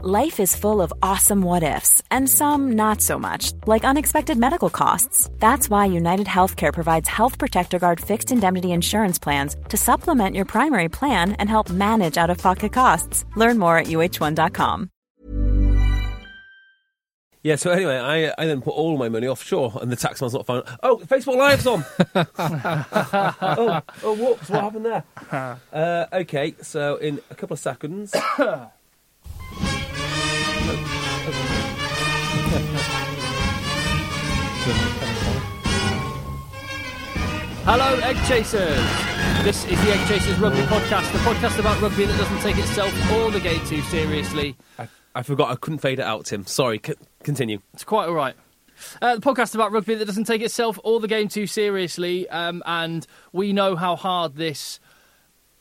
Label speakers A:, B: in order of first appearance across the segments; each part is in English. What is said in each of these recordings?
A: Life is full of awesome what ifs and some not so much, like unexpected medical costs. That's why United Healthcare provides Health Protector Guard fixed indemnity insurance plans to supplement your primary plan and help manage out of pocket costs. Learn more at uh1.com.
B: Yeah, so anyway, I, I then put all my money offshore and the taxman's not found. Oh, Facebook Live's on! oh, oh, whoops, what happened there? Uh, okay, so in a couple of seconds.
C: Hello, Egg Chasers! This is the Egg Chasers Rugby Podcast, the podcast about rugby that doesn't take itself or the game too seriously.
B: I, I forgot I couldn't fade it out, Tim. Sorry, c- continue.
C: It's quite all right. Uh, the podcast about rugby that doesn't take itself or the game too seriously, um, and we know how hard this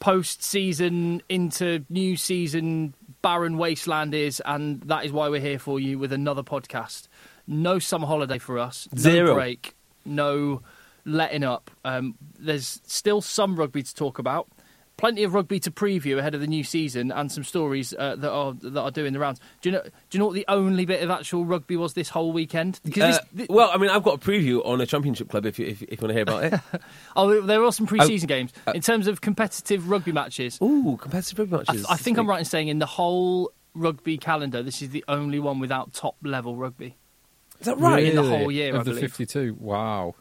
C: post-season into new season barren wasteland is, and that is why we're here for you with another podcast. No summer holiday for us. No
B: Zero.
C: break. No letting up. Um, there's still some rugby to talk about. Plenty of rugby to preview ahead of the new season, and some stories uh, that are that are doing the rounds. Do you know? Do you know what the only bit of actual rugby was this whole weekend? Because
B: Uh,
C: this, thi-
B: well, I mean, I've got a preview on a championship club if you, if, if you want to hear about it.
C: oh, there were some pre-season games in terms of competitive rugby matches.
B: Ooh, competitive rugby
C: I,
B: matches.
C: th- I think I'm right in saying in the whole rugby calendar, this is the only one without top level rugby.
B: Is that right?
C: in the
D: Really?
C: whole year,
D: of
C: I
D: the
C: believe.
D: 52. Wow.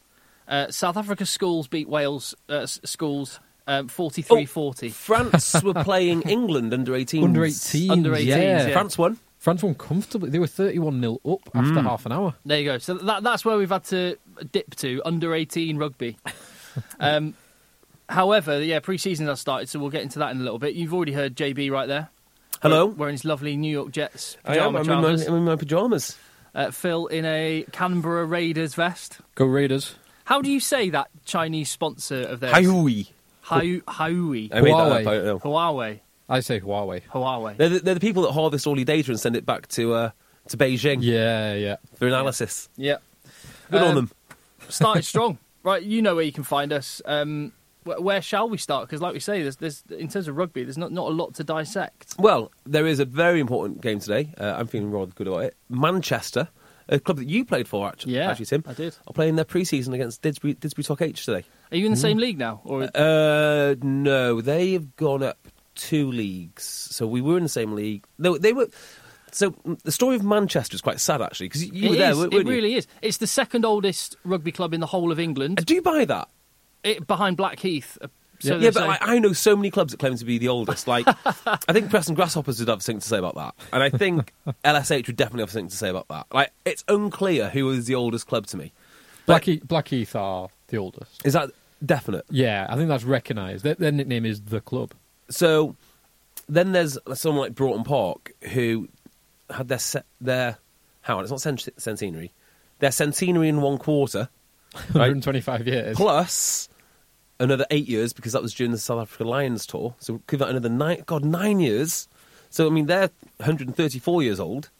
C: Uh, South Africa schools beat Wales uh, s- schools um, 43-40.
B: Oh, France were playing England under 18.
D: Under 18.
C: Under 18s,
D: yeah.
C: yeah.
B: France won. Mm.
D: France won comfortably. They were 31 0 up after half an hour.
C: There you go. So that, that's where we've had to dip to under 18 rugby. um, however, yeah, pre-season has started, so we'll get into that in a little bit. You've already heard JB right there.
B: Hello.
C: Wearing his lovely New York Jets
B: I am.
C: pyjama
B: Oh, I'm in, my,
C: trousers.
B: I'm in my pajamas.
C: Uh, Phil in a Canberra Raiders vest.
D: Go Raiders.
C: How do you say that Chinese sponsor of theirs?
B: Hi-hui.
C: Hi- Huawei.
B: I made that up.
D: Huawei.
B: I don't know.
C: Huawei.
D: I say Huawei.
C: Huawei.
B: They're the, they're the people that harvest all your data and send it back to uh, to Beijing
D: Yeah, yeah.
B: for analysis.
C: Yeah.
B: Good on
C: Um,
B: them.
C: Started strong. Right, you know where you can find us. Um, wh- where shall we start? Because, like we say, there's, there's in terms of rugby, there's not, not a lot to dissect.
B: Well, there is a very important game today. Uh, I'm feeling rather good about it. Manchester, a club that you played for, actually,
C: Yeah,
B: actually Tim.
C: I did.
B: Are playing their pre-season against Didsbury, Didsbury Stock H today.
C: Are you in the same league now? Or
B: Mm-hmm. Uh, no, they have gone up two leagues. So we were in the same league. No, they were. So mm, the story of Manchester is quite sad, actually, because you
C: It
B: were there,
C: is,
B: weren't
C: it
B: you?
C: really is. It's the second oldest rugby club in the whole of England,
B: Uh, Do you buy that?
C: it, behind Blackheath. uh, So
B: yeah,
C: they
B: but
C: say.
B: like, I know so many clubs that claim to be the oldest. Like, I think Preston Grasshoppers would have something to say about that, and I think LSH would definitely have something to say about that. Like, it's unclear who is the oldest club to me. Like-
D: Blackheath, Blackheath E, are the oldest.
B: Is that definite?
D: Yeah, I think that's recognised. Their, their nickname is The Club.
B: So then there's someone like Broughton Park who had their se- their how on, it's not cent- centenary, their centenary in one quarter
D: 125 years.
B: plus another eight years because that was during the South Africa Lions tour. So give that another nine. God, nine years. So I mean, they're 134 years old.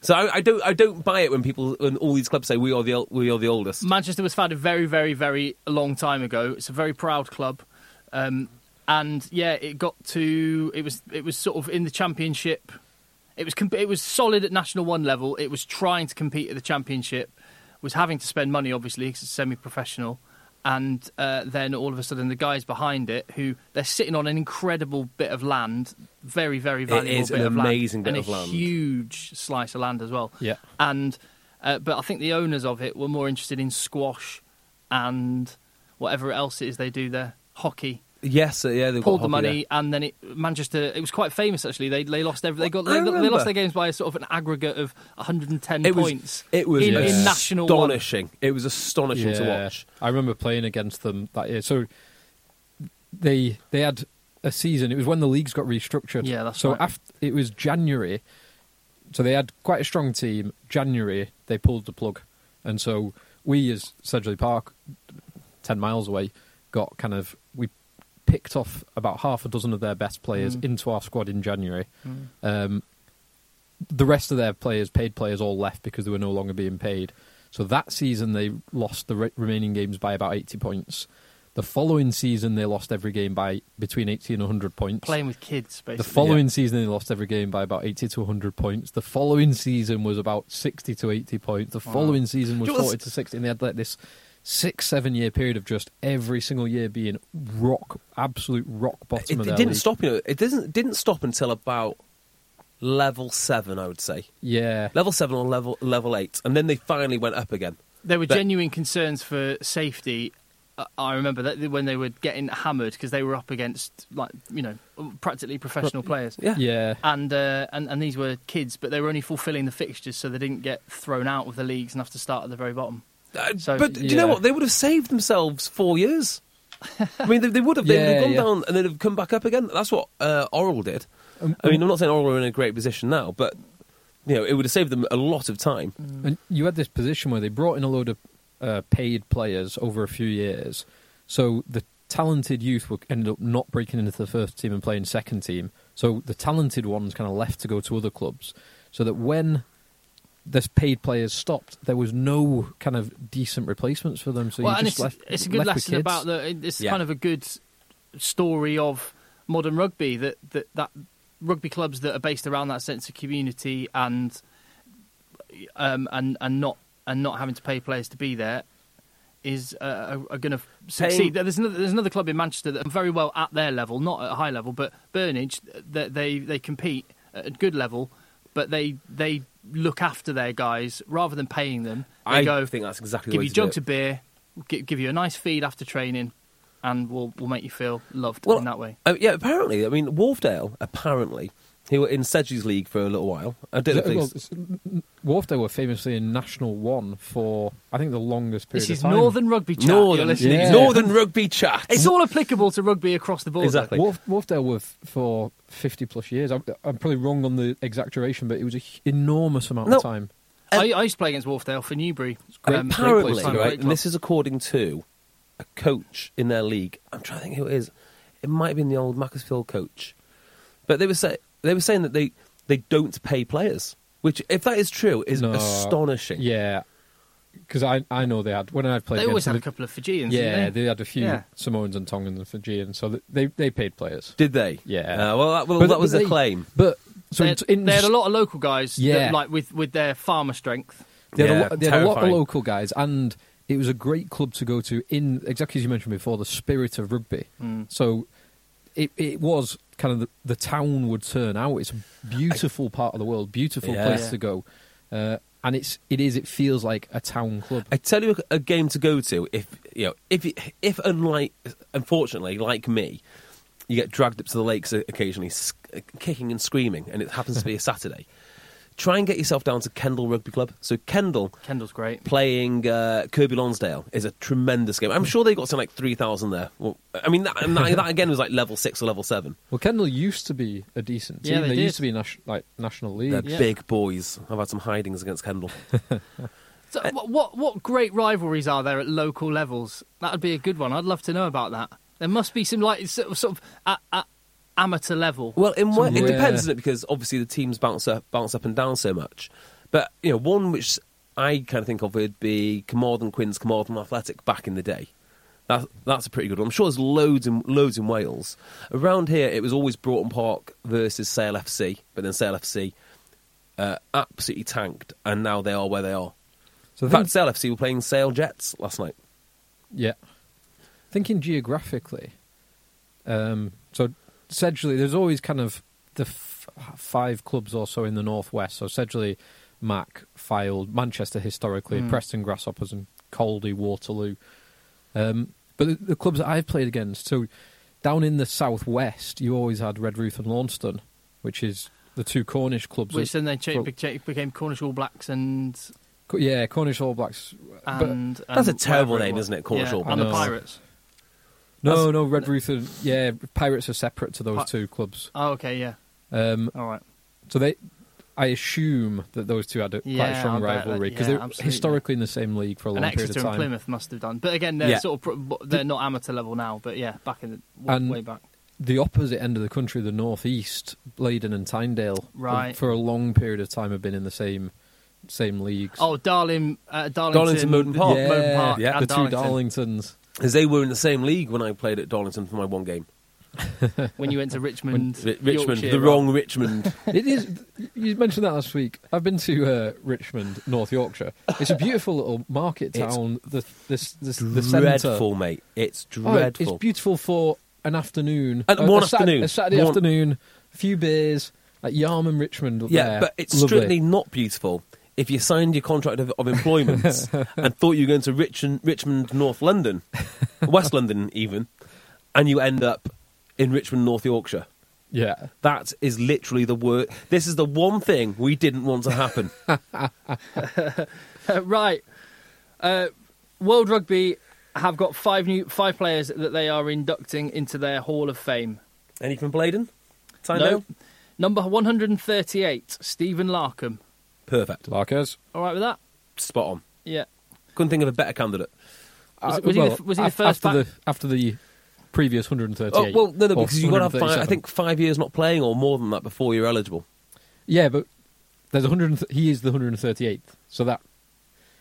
B: So I, I don't I don't buy it when people when all these clubs say we are the el- we are the oldest.
C: Manchester was founded very, very, very long time ago. It's a very proud club, um, and yeah, it got to it was it was sort of in the championship. It was comp- it was solid at national one level. It was trying to compete at the championship, was having to spend money obviously 'cause it's semi professional, and uh, then all of a sudden the guys behind it who they're sitting on an incredible bit of land, very very valuable
B: is
C: bit
B: an
C: of
B: amazing
C: land,
B: bit
C: and
B: of
C: a
B: land.
C: huge slice of land as well
D: Yeah.
C: and uh, but I think the owners of it were more interested in squash and whatever else it is they do there, hockey.
B: Yes, uh, yeah, they
C: Pulled the money, and then it, Manchester. It was quite famous actually. They they lost every, they got
B: I
C: they, got- they
B: remember.
C: lost their games by a sort of an aggregate of 110
B: It was
C: points.
B: it was
C: in, in national one.
B: astonishing. It was astonishing to
D: Yeah,
B: watch.
D: I remember playing against them that year. So they they had a season. It was when the leagues got restructured.
C: Yeah, that's
D: so
C: right.
D: after it was January, So they had quite a strong team. January they pulled the plug, and so we as Sedgley Park, ten miles away, got kind of we picked off about half a dozen of their best players
C: Mm.
D: into our squad in January. Um, the rest of their players, paid players, all left because they were no longer being paid. So that season, they lost the re- remaining games by about 80 points. The following season, they lost every game by between 80 and 100 points.
C: Playing with kids, basically.
D: the following season, they lost every game by about 80 to 100 points. The following season was about 60 to 80 points. The following season was
B: Do you know
D: 40 to 60. And they had like this six, seven year period of just every single year being rock, absolute rock
B: It,
D: bottom of
B: it
D: their
B: didn't
D: league.
B: stop, you know. It didn't didn't stop until about level seven, I would say,
D: Yeah.
B: level seven or level level eight, and then they finally went up again.
C: There were
B: But-
C: genuine concerns for safety. I- I remember that when they were getting hammered because they were up against like you know practically professional players.
B: Yeah,
D: Yeah.
C: And, uh, and and these were kids, but they were only fulfilling the fixtures, so they didn't get thrown out of the leagues and have to start at the very bottom.
B: Uh,
C: So,
B: but do you know
D: yeah.
B: what? They would have saved themselves four years. I mean, they, they would have. They'd
D: Yeah,
B: have gone
D: yeah.
B: down and then have come back up again. That's what uh, Oral did.
C: Um,
B: I mean, I'm not saying Oral are in a great position now, but you know, it would have saved them a lot of time.
C: Mm,
D: And you had this position where they brought in a load of uh, paid players over a few years, so the talented youth were, ended up not breaking into the first team and playing second team. So the talented ones kind of left to go to other clubs, so that when this paid players stopped, there was no kind of decent replacements for them. So
C: well,
D: you
C: and
D: just
C: it's,
D: left.
C: it's a good
D: left with
C: lesson
D: kids.
C: about the. It's
B: Yeah.
C: kind of a good story of modern rugby that, that that rugby clubs that are based around that sense of community and um and and not and not having to pay players to be there is uh, are- are going to succeed. There's another there's another club in Manchester that are very well at their level, not at a high level, but Burnage they they, they compete at a good level, but they they look after their guys rather than paying them. They
B: I
C: go,
B: think that's exactly. the
C: give
B: way
C: you
B: to do
C: jugs
B: it.
C: of beer, give, give you a nice feed after training, and we'll we'll make you feel loved in that way.
B: uh, yeah, apparently. I mean, Wharfdale apparently who were in Sedgley's league for a little while. I don't know.
D: Well,
B: if they-
D: it's- mm, Wharfdale were famously in National One for I think the longest period
C: This is
D: of time.
C: Northern Rugby Chat. you're
B: Northern,
C: listening
D: yeah.
C: to.
B: Northern rugby chat.
C: It's all applicable to rugby across the board.
B: Exactly.
D: Wharf, Wharfdale were f- for 50 plus years. I'm, I'm probably wrong on the exact duration, but it was an enormous amount
B: No.
D: of time.
C: I, I used to play against Wharfdale for Newbury.
B: And
C: um,
D: great
B: apparently,
D: place to
B: right, and this is according to a coach in their league. I'm trying to think who it is. It might have been the old Macclesfield coach, but they were say, they were saying that they they don't pay players, which if that is true is
D: No.
B: astonishing.
D: Yeah, because I, I know they had when I played.
C: they
D: against
C: always
D: them,
C: had a couple of Fijians. didn't
D: Yeah,
C: they?
D: they had a few
C: Yeah.
D: Samoans and Tongans and Fijians, so th- they they paid players.
B: Did they?
D: Yeah.
B: Uh, well, that, well,
D: But-
B: that
D: but
B: was the
D: they-
B: claim.
D: But so
C: they,
D: it's
C: had,
D: in,
C: they had a lot of local guys. that,
D: Yeah.
C: like with with their farmer strength.
D: They had,
B: Yeah,
D: a, lot, they had a lot of
B: terrifying.
D: local guys, and it was a great club to go to in exactly as you mentioned before the spirit of rugby.
B: Mm.
D: So it it was kind of the, the town would turn out. It's a beautiful part of the world, beautiful
B: Yeah.
D: place
C: Yeah.
D: to go, uh, and it's it is it feels like a town club.
B: I tell you a, a game to go to if you know if you- if unlike unfortunately like me, you get dragged up to the lakes occasionally, s- uh, kicking and screaming, and it happens to be a Saturday. Try and get yourself down to Kendall Rugby Club. So Kendall
C: Kendall's great.
B: playing uh, Kirby Lonsdale is a tremendous game. I'm sure they got something like three thousand there. Well, I mean that, and that, that again was like level six or level seven.
D: Well, Kendall used to be a decent team.
C: Yeah, they did.
D: used to be nas- like national league.
B: They're
C: Yeah.
B: big boys. I've had some hidings against Kendall.
C: So,
D: uh,
C: what, what what great rivalries are there at local levels? That'd be a good one. I'd love to know about that. There must be some like sort of, sort of at, at amateur level.
B: Well, in one, it
D: Yeah.
B: depends, isn't it? Because obviously the teams bounce up, bounce up and down so much. But you know, one which I kind of think of would be Carmarthen Quins, Carmarthen Athletic back in the day. That, that's a pretty good one. I'm sure there's loads and loads in Wales. Around here, it was always Broughton Park versus Sale FC, but then Sale FC uh, absolutely tanked, and now they are where they are.
D: So
B: In
D: I
B: fact,
D: think,
B: Sale FC were playing Sale Jets last night.
D: yeah, thinking geographically, um, so Sedgley. There's always kind of the f- five clubs or so in the northwest. So Sedgley, Mac, Fylde, Manchester historically,
C: Hmm.
D: Preston Grasshoppers, and Caldy, Waterloo. Um, but the, the clubs that I've played against, so down in the southwest, you always had Redruth and Launceston, which is the two Cornish clubs.
C: Which then they cha-
D: Well-
C: beca- became Cornish All Blacks and
D: Co- yeah, Cornish All Blacks. but-
C: and
B: That's
C: and
B: a terrible
C: whatever
B: name,
C: was.
B: isn't it? Cornish
C: Yeah,
B: All
C: and the
D: Blacks.
C: Pirates.
D: No, no, Red Ruth and yeah, Pirates are separate to those
C: Pi-
D: two clubs.
C: Oh, okay, yeah,
D: Um,
C: all right.
D: so they I assume that those two had a, quite
C: Yeah,
D: a strong
C: I bet that-
D: rivalry because
C: yeah,
D: they're
C: absolutely.
D: historically in the same league for a long
C: and
D: period
C: Exeter
D: of
C: and
D: time.
C: Plymouth must have done, but again, they're
D: Yeah.
C: sort of pro- but they're not amateur level now. But yeah, back in the w-
D: And-
C: way back,
D: The opposite end of the country, the northeast, Bladen and Tyndale,
C: Right.
D: for a long period of time have been in the same same leagues.
C: oh Darling, uh, Darlington,
B: Darlington, Moden Park.
D: yeah,
C: Moden Park,
B: yeah,
D: the
C: and
D: two
C: Darlington.
D: Darlingtons.
B: Because they were in the same league when I played at Darlington for my one game.
C: when you went to Richmond,
B: Ri- Richmond,
C: Yorkshire,
B: the
C: right?
B: wrong Richmond.
D: It is. You mentioned that last week. I've been to uh, Richmond, North Yorkshire. It's a beautiful little market
B: It's
D: town. The this this the centre.
B: dreadful, mate. It's
D: Oh, it-
B: dreadful.
D: it's beautiful for an afternoon.
B: And
D: a,
B: one
D: a Sat-
B: afternoon.
D: a Saturday
B: One-
D: afternoon, a few beers, like Yarm and Richmond. Up
B: yeah,
D: there.
B: but it's
D: Lovely.
B: strictly not beautiful if you signed your contract of, of employment and thought you were going to Richmond, Richmond, North London, West London even, and you end up in Richmond, North Yorkshire.
D: Yeah.
B: That is literally the worst. This is the one thing we didn't want to happen.
C: Uh, right. Uh, World Rugby have got five new five players that they are inducting into their Hall of Fame.
B: Any from Bladen? Time
C: No.
B: out?
C: Number 138, Stephen Larkham.
B: Perfect.
D: Larkers.
C: All right with that?
B: Spot on.
C: Yeah.
B: Couldn't think of a better candidate.
C: Was
D: Uh,
C: it- was he the f- was he the
D: af-
C: first
D: after
C: back-
D: the after the previous 138?
B: Oh, well, no, no,
D: or
B: because you've got to have five, I
D: 137.
B: think five years not playing or more than that before you're eligible.
D: Yeah, but there's 100. He is the 138th, so that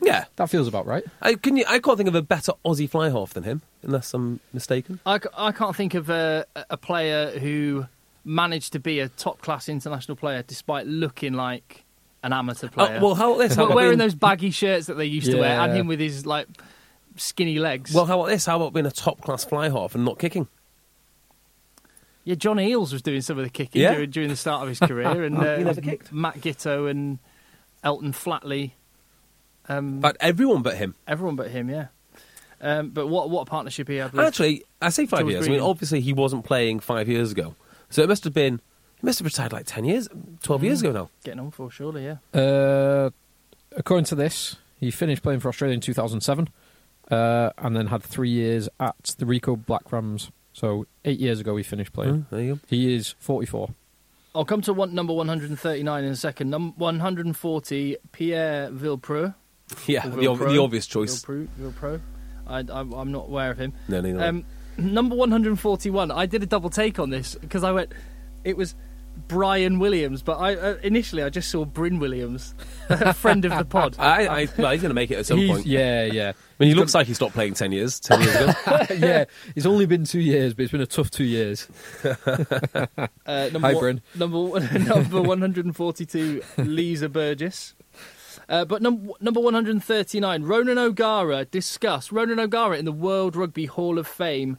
B: Yeah.
D: that feels about right.
B: I, can you, I can't think of a better Aussie fly half than him, unless I'm mistaken.
C: I, ca- I can't think of a, a player who managed to be a top class international player despite looking like an amateur player.
B: Oh, well, how about this? How
C: But
B: about
C: wearing
B: being-
C: those baggy shirts that they used to wear and
D: Yeah.
C: him with his like skinny legs.
B: Well, how about this? How about being a top class fly half and not kicking?
C: Yeah, John Eales was doing some of the kicking
B: Yeah.
C: during, during the start of his career, and uh,
B: He never kicked.
C: Matt Gitto and Elton Flatley. Um,
B: But everyone but him.
C: everyone but him, yeah. Um, but what what partnership he
D: Mm.
C: had with?
B: Actually, I say five
C: Thomas
B: years. I
C: Green.
B: mean, obviously he wasn't playing five years ago, so it must have been he must have retired like ten years, twelve
D: Mm.
B: years ago now.
C: getting on for surely, yeah.
D: Uh, according to this, he finished playing for Australia in 2007, uh, and then had three years at the Rico Black Rams. So eight years ago, he finished playing.
B: Mm, there you go.
D: He is 44.
C: I'll come to one number one hundred and thirty nine in a second. Num- one hundred and forty, Pierre Villepreux.
B: Yeah,
C: Or
B: the, ob-
C: Villepro.
B: the obvious choice.
C: Villepreux, Villepreux. I, I, I'm not aware of him.
B: No, no, no.
C: Um, number 141. I did a double take on this because I went. It was Brian Williams, but I uh, initially I just saw Bryn Williams, a friend of the pod.
B: I, I, well, he's going to make it at some
D: He's-
B: point.
D: Yeah, yeah.
B: I mean, he looks like he stopped playing ten years, ten years ago.
D: yeah, it's only been two years, but it's been a tough two years.
C: Uh, number
D: Hi,
C: one-
D: Bryn.
C: Number one- number 142, Lisa Burgess. Uh, but num- number 139, Ronan O'Gara. Discuss Ronan O'Gara in the World Rugby Hall of Fame.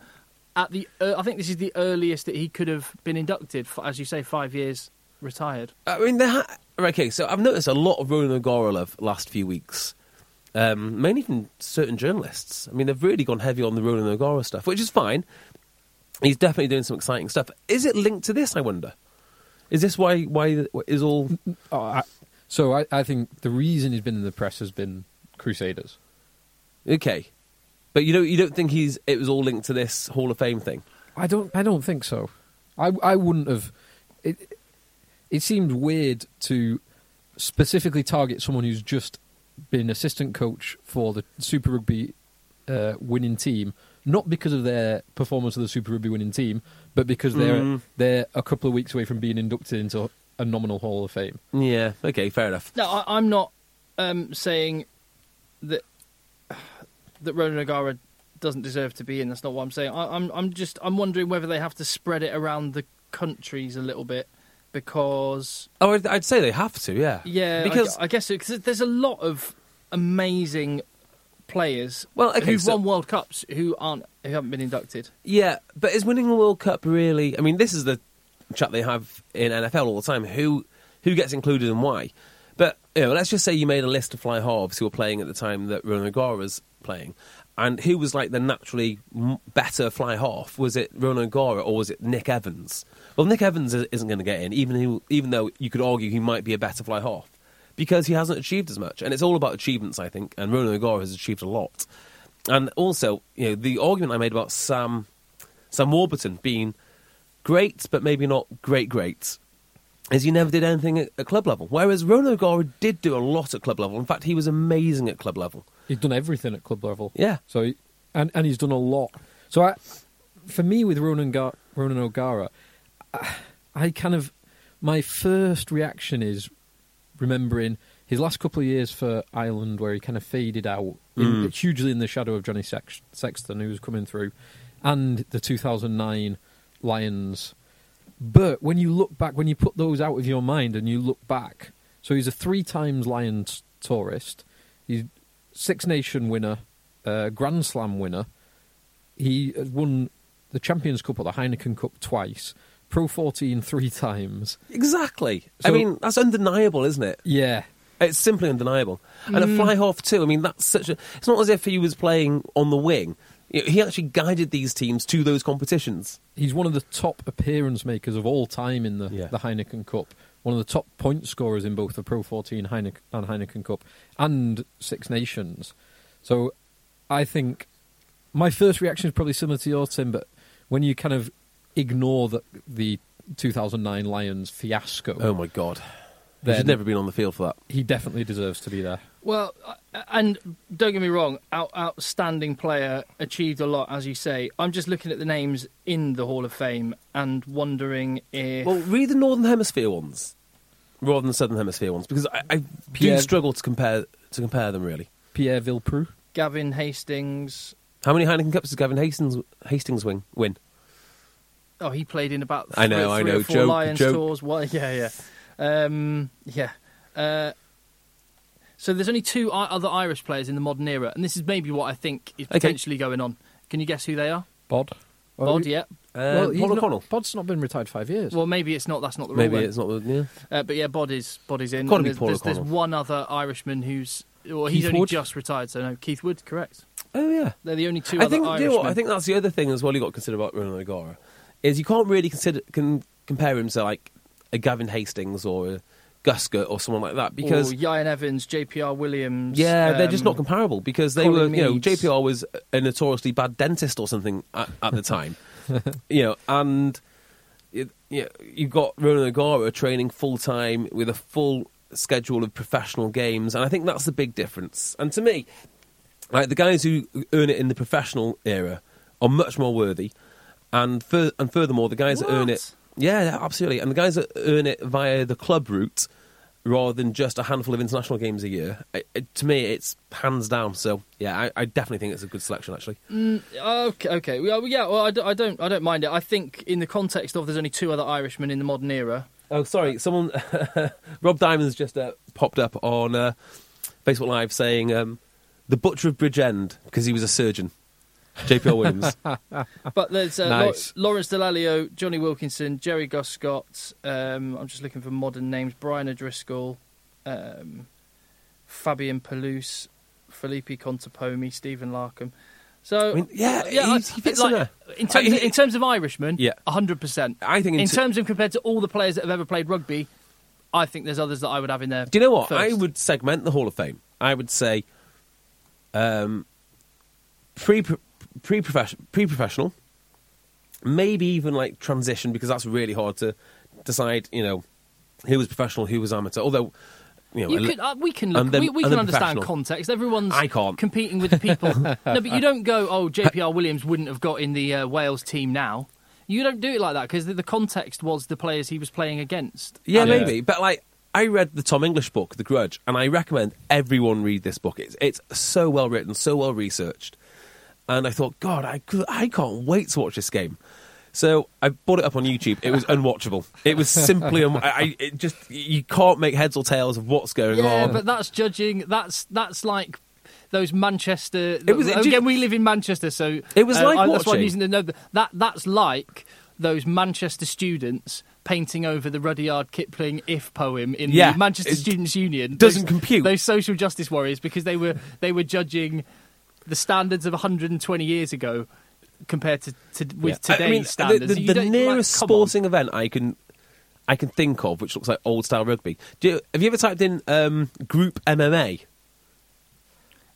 C: At the, uh, I think this is the earliest that he could have been inducted. For, as you say, five years retired.
B: I mean, there ha- okay. So I've noticed a lot of Ronan O'Gara the last few weeks, um, mainly from certain journalists. I mean, they've really gone heavy on the Ronan O'Gara stuff, which is fine. He's definitely doing some exciting stuff. Is it linked to this? I wonder. Is this why? Why is all?
D: Oh, I, so I, I think the reason he's been in the press has been Crusaders.
B: Okay, but you don't you don't think he's it was all linked to this Hall of Fame thing?
D: I don't. I don't think so. I, I wouldn't have. It it seemed weird to specifically target someone who's just been assistant coach for the Super Rugby uh, winning team, not because of their performance of the Super Rugby winning team, but because they're
B: Mm.
D: they're a couple of weeks away from being inducted into a nominal Hall of Fame.
B: Yeah. Okay. Fair enough.
C: No, I, I'm not um, saying that that Ronan O'Gara doesn't deserve to be in. That's not what I'm saying. I, I'm I'm just I'm wondering whether they have to spread it around the countries a little bit because
B: Oh, I'd, I'd say they have to. Yeah.
C: yeah,
B: Because
C: because I, guess because there's a lot of amazing players
B: Well, okay,
C: who've
B: so-
C: won World Cups who aren't who haven't been inducted.
B: Yeah, but is winning the World Cup really? I mean, this is the chat they have in NFL all the time. Who who gets included and why? But you know, let's just say you made a list of fly halves who were playing at the time that Ronan O'Gara was playing, and who was like the naturally m- better fly half? Was it Ronan O'Gara or was it Nick Evans? Well, Nick Evans i- isn't going to get in, even he, even though you could argue he might be a better fly half because he hasn't achieved as much, and it's all about achievements, I think. And Ronan O'Gara has achieved a lot, and also you know the argument I made about Sam Sam Warburton being great, but maybe not great, great. is he never did anything at, at club level. Whereas Ronan O'Gara did do a lot at club level. In fact, he was amazing at club level.
D: He's done everything at club level.
B: Yeah.
D: So, he, and and he's done a lot. So, I, for me, with Ronan Gar- Ronan O'Gara, I, I kind of my first reaction is remembering his last couple of years for Ireland, where he kind of faded out in, hugely in the shadow of Johnny Sex- Sexton, who was coming through, and the 2009 Lions. But when you look back, when you put those out of your mind and you look back, so he's a three times Lions tourist, he's Six Nation winner, uh, Grand Slam winner. He has won the Champions Cup or the Heineken Cup twice, Pro 14 three times.
B: Exactly. I
D: So-
B: mean, that's undeniable, isn't it?
D: Yeah,
B: It's simply undeniable. And at fly half too, I mean, that's such a. It's not as if he was playing on the wing. You know, He actually guided these teams to those competitions.
D: he's one of the top appearance makers of all time in the,
B: Yeah.
D: the Heineken Cup. One of the top point scorers in both the Pro 14 Heineken, and Heineken Cup and Six Nations. So I think my first reaction is probably similar to yours, Tim, but when you kind of ignore the, the 2009 Lions fiasco,
B: Oh my God. He
D: Then-
B: should never have been on the field for that.
D: he definitely deserves to be there.
C: Well, uh, and don't get me wrong, out, outstanding player, achieved a lot, as you say. I'm just looking at the names in the Hall of Fame and wondering if.
B: Well, read the Northern Hemisphere ones rather than the Southern Hemisphere ones because I, I do
D: Yeah.
B: struggle to compare to compare them really.
D: Pierre Villepreux.
C: Gavin Hastings.
B: How many Heineken Cups does Gavin Hastings Hastings wing, win?
C: Oh, he played in about three,
B: I know, I
C: three
B: know.
C: or four
B: Joke,
C: Lions
B: joke.
C: tours. What? Yeah, yeah, um, yeah. Uh, so there's only two I- other Irish players in the modern era, and this is maybe what I think is
B: Okay.
C: potentially going on. Can you guess who they are?
D: Bod.
C: Bod, yeah.
B: Uh,
D: he's
B: Paul
D: not-
B: O'Connell.
D: Bod's not been retired five years.
C: Well, maybe it's not. That's not the rule.
B: Maybe
C: then.
B: it's not. the- Yeah.
C: Uh, but yeah, Body's Body's in.
B: Gotta
C: And
B: be
C: there's,
B: Paul
C: there's, there's
B: O'Connell.
C: one other Irishman who's well, he's
D: Keith
C: only
D: Wood?
C: just retired, so no, Keith Wood, correct.
B: Oh yeah.
C: They're the only two.
B: I
C: other
B: think you
C: Irishmen.
B: know what, I think that's the other thing as well. You got to consider about Ronan O'Gara is you can't really consider can compare him to like a Gavin Hastings or a Guscott or someone like that because
C: or Ian Evans, JPR Williams.
B: yeah, they're just
C: um,
B: not comparable because they
C: Colin
B: were you know
C: Meads.
B: JPR was a notoriously bad dentist or something at, at the time, you know, and it, you know, you've got Ronan O'Gara training full time with a full schedule of professional games, and I think that's the big difference. And to me, like the guys who earn it in the professional era are much more worthy, and fur- and furthermore, the guys that earn
C: What?
B: it, yeah, yeah, absolutely, and the guys that earn it via the club route rather than just a handful of international games a year, it, it- to me, it's hands down. So yeah, I, I definitely think it's a good selection actually.
C: Okay, okay. Well, yeah. Well, I don't, I don't. I don't mind it. I think in the context of there's only two other Irishmen in the modern era.
B: Oh, sorry, someone, Rob Diamond's just uh, popped up on uh, Facebook Live saying um, the butcher of Bridge End because he was a surgeon. JPL Williams.
C: But there's uh,
D: Nice.
C: Lau- Lawrence Delalio, Johnny Wilkinson, Jerry Guscott. Um, I'm just looking for modern names. Brian O'Driscoll, um, Fabian Palouse, Felipe Contepomi, Stephen Larkham. So
B: I mean, yeah,
C: I-
B: he's- he fits in there.
C: in terms
B: Uh,
C: of,
B: he-
C: in terms of Irishmen,
B: Yeah.
C: 100. percent
B: I think in
C: in
B: t-
C: terms of compared to all the players that have ever played rugby, I think there's others that I would have in there.
B: Do you know what?
C: first.
B: I would segment the Hall of Fame. I would say um, pre pre professional, maybe even like transition because that's really hard to decide. You know, who was professional, who was amateur. Although, you know,
C: You
B: a li-
C: could, uh, we can look,
B: and then-
C: we, we
B: and
C: can
B: then
C: understand
B: professional.
C: context. Everyone's
B: I can't.
C: competing with the people. no, but you don't go, oh, JPR Williams wouldn't have got in the uh, Wales team now. You don't do it like that because the, the context was the players he was playing against.
B: Yeah,
D: Yeah.
B: maybe. But like, I read the Tom English book, The Grudge, and I recommend everyone read this book. It's it's so well written, so well researched, and I thought, God, I could, I can't wait to watch this game. So I bought it up on YouTube. It was unwatchable. It was simply, un- I, I it just you can't make heads or tails of what's going
C: Yeah,
B: on.
C: but that's judging. That's that's like those Manchester.
B: It was- it
C: again,
B: just-
C: we live in Manchester, so uh,
B: It was like
C: I- that's why I'm
B: watching-
C: using the no. but That that's like those Manchester students painting over the Rudyard Kipling "If" poem in
B: Yeah,
C: the Manchester
B: it
C: Students' Union.
B: doesn't
C: Those-
B: compute.
C: Those social justice warriors because they were they were judging the standards of 120 years ago compared to, to with
B: I- I
C: today's
B: mean, the-
C: standards.
B: The,
C: You
B: the
C: don't- like,
B: nearest
C: come on.
B: sporting event I can I can think of, which looks like old style rugby. Do you, have you ever typed in um, group MMA?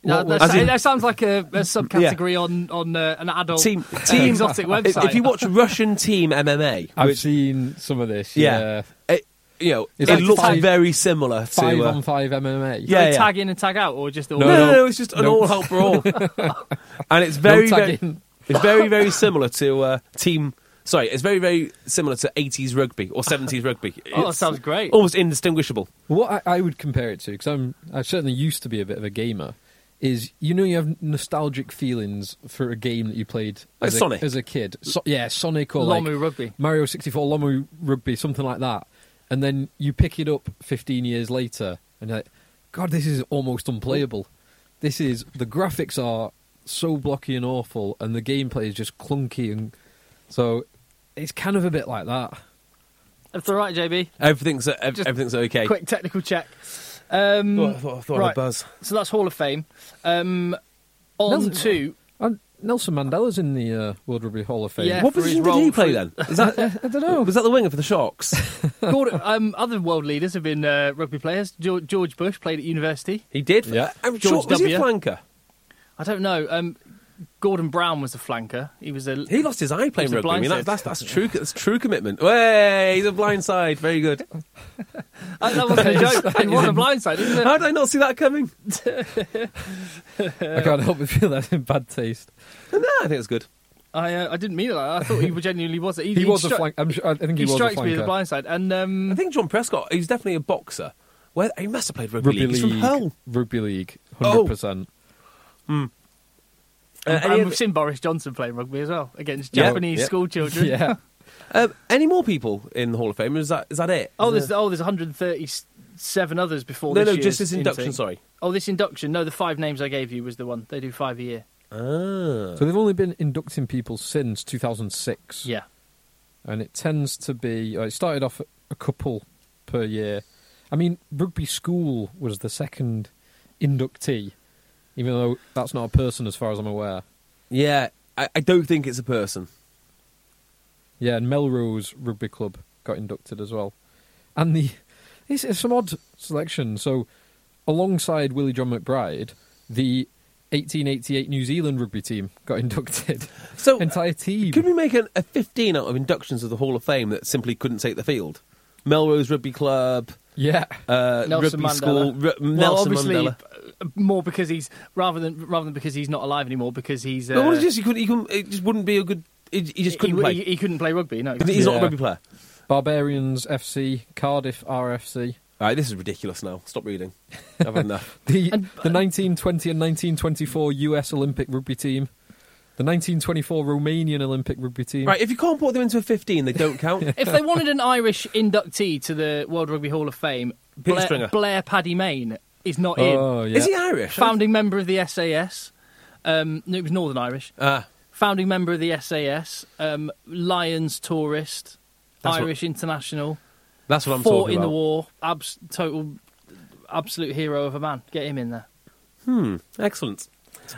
C: No,
D: What was-
C: that's-
B: As in-
C: that sounds like a, a subcategory on on uh, an adult
B: Team,
C: uh,
B: team
C: exotic
B: if-
C: website.
B: If you watch Russian team MMA,
D: I've
B: which-
D: seen some of this.
B: Yeah.
D: Yeah.
B: It, you know,
D: It's
B: it
D: like
B: looks
D: five-
B: very similar
D: Five
B: to. Uh,
D: on five MMA.
B: Yeah,
C: Like
B: yeah.
C: Tag in and tag out, or just all.
B: no, no, no,
D: no.
B: it's just an
D: No.
B: all help for all, and it's very, very,
D: tagging.
B: it's very, very similar to uh, team. Sorry, it's very, very similar to 80s rugby or 70s rugby.
C: Oh, that
B: It's
C: sounds great.
B: almost indistinguishable.
D: What I, I would compare it to, because I'm I certainly used to be a bit of a gamer, is you know you have nostalgic feelings for a game that you played
B: Like
D: as a,
B: Sonic.
D: as a kid. So, yeah, Sonic or like
C: Lomu rugby.
D: Mario sixty four, Lomu Rugby, something like that. And then you pick it up fifteen years later, and you're like, God, this is almost unplayable. This is the graphics are so blocky and awful, and the gameplay is just clunky, and so it's kind of a bit like that.
C: That's all right, JB.
B: Everything's uh, ev-
C: Just
B: everything's okay.
C: Quick technical check. Um,
B: Thought, thought, thought
C: right.
B: I'd buzz.
C: So that's Hall of Fame. Um, on
D: Nothing-
C: to
D: And Nelson Mandela's in the uh, World Rugby Hall of Fame.
C: Yeah.
B: What
C: for his
B: position did
C: role
B: he play
C: for-
B: then? Is that
D: I don't know.
B: was that the winger for the Sharks?
C: Gordon, um, other world leaders have been uh, rugby players. George, George Bush played at university.
B: he did.
D: Yeah.
B: I'm
C: George
B: sure, was he a
C: W.
B: flanker?
C: I don't know. Um, Gordon Brown was a flanker. He was a
B: He lost his eye playing
C: He's a
B: rugby. I mean,
C: blindside.
B: that's, that's, that's true. That's true commitment. Way, he's a blindside. Very good.
C: Uh, that wasn't a joke. It was a blindside, isn't it?
B: How did I not see that coming?
D: I can't help but feel that's in bad taste.
B: No, I think it's good.
C: I, uh, I didn't mean it. Like that. I thought he genuinely was.
D: He, was a
C: stri-
D: flank. I'm sure, I think
C: He,
D: he, was a
C: strikes me as a
D: flanker.
C: blindside, and um,
B: I think uh, John Prescott. He's definitely a boxer. Where he must have played rugby,
D: Rugby
B: league. He's from
D: league,
B: hell.
D: rugby league,
B: Oh.
D: hundred percent.
B: Uh,
C: and,
B: any,
C: we've
B: other-
C: seen Boris Johnson playing rugby as well against
D: Yeah.
C: Japanese
D: Yeah.
C: school children.
D: Yeah,
B: um, any more people in the Hall of Fame? Is that is that it?
C: Oh,
B: Is
C: there's oh, there's 137 others before.
B: there-
C: this
B: no, no, just
C: year's
B: this induction.
C: intake.
B: Sorry.
C: Oh, this induction. No, the five names I gave you was the one they do five a year.
B: Ah.
D: so they've only been inducting people since 2006.
C: Yeah,
D: and it tends to be. uh, It started off a couple per year. I mean, rugby school was the second inductee, even though that's not a person as far as I'm aware.
B: Yeah, I, I don't think it's a person.
D: Yeah, and Melrose Rugby Club got inducted as well. And the it's, it's some odd selection. So, alongside Willie John McBride, the 1888 New Zealand rugby team got inducted.
B: So
D: Entire team.
B: Could we make an, a 15 out of inductions of the Hall of Fame that simply couldn't take the field? Melrose Rugby Club,
D: yeah.
B: uh,
C: Nelson
B: Rugby
C: Mandela.
B: School, Ru-
C: well,
B: Nelson
C: obviously,
B: Mandela.
C: uh, more because he's rather than rather than because he's not alive anymore. Because he's uh,
B: But what is this? He couldn't, he couldn't, it just wouldn't be a good. He, he just couldn't
C: he,
B: play.
C: He, he couldn't play rugby. No,
B: He's not a
D: Yeah.
B: rugby player.
D: Barbarians FC, Cardiff RFC.
B: All right, this is ridiculous now. Stop reading. I've had enough.
D: The,
B: uh,
D: the 1920 and 1924 US Olympic rugby team. The 1924 Romanian Olympic rugby team.
B: Right, if you can't put them into a 15, they don't count.
C: if they wanted an Irish inductee to the World Rugby Hall of Fame,
B: Peter
C: Blair,
B: Stringer.
C: Blair Paddy Main is not
D: Oh,
C: in.
D: yeah.
B: Is he Irish?
C: Founding member of the SAS. Um, no, it was Northern Irish.
B: Ah,
C: Founding member of the SAS. Um, Lions tourist.
B: That's what-
C: Irish international.
B: that's what I'm
C: fought
B: talking
C: in
B: about.
C: the war. Abs- total, absolute hero of a man. Get him in there.
B: Excellent.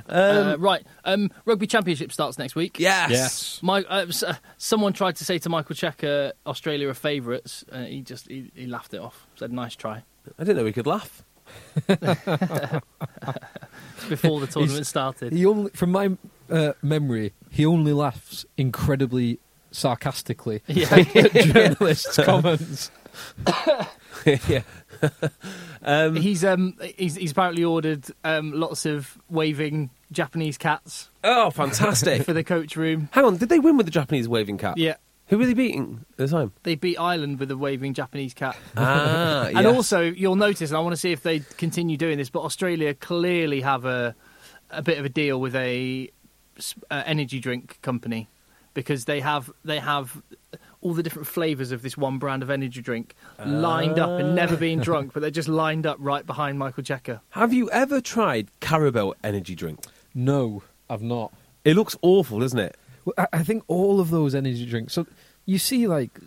C: uh, right. Um, rugby championship starts next week.
B: Yes.
D: Yes.
C: My, uh, s- uh, someone tried to say to Michael Checker, Australia are favourites. Uh, he just he, he laughed it off. Said, "Nice try."
B: I didn't know we could laugh.
C: Before the tournament
D: He's-
C: started,
D: He only, from my uh, memory, he only laughs incredibly sarcastically
C: yeah,
D: at journalists' comments.
B: yeah. Mm.
C: he's um he's, he's apparently ordered um lots of waving Japanese cats
B: Oh, fantastic.
C: for the coach room.
B: Hang on, did they win with the Japanese waving cap?
C: Yeah,
B: Who were they beating at the time?
C: they beat Ireland with a waving Japanese cat.
B: Ah,
C: And also, you'll notice, and I want to see if they continue doing this, but Australia clearly have a a bit of a deal with a s- uh, energy drink company because they have they have all the different flavors of this one brand of energy drink lined up and never being drunk, but they're just lined up right behind Michael Checker.
B: Have you ever tried Carabao energy drink?
D: No, I've not.
B: It looks awful, doesn't it?
D: Well, I, I think all of those energy drinks. So you see, like,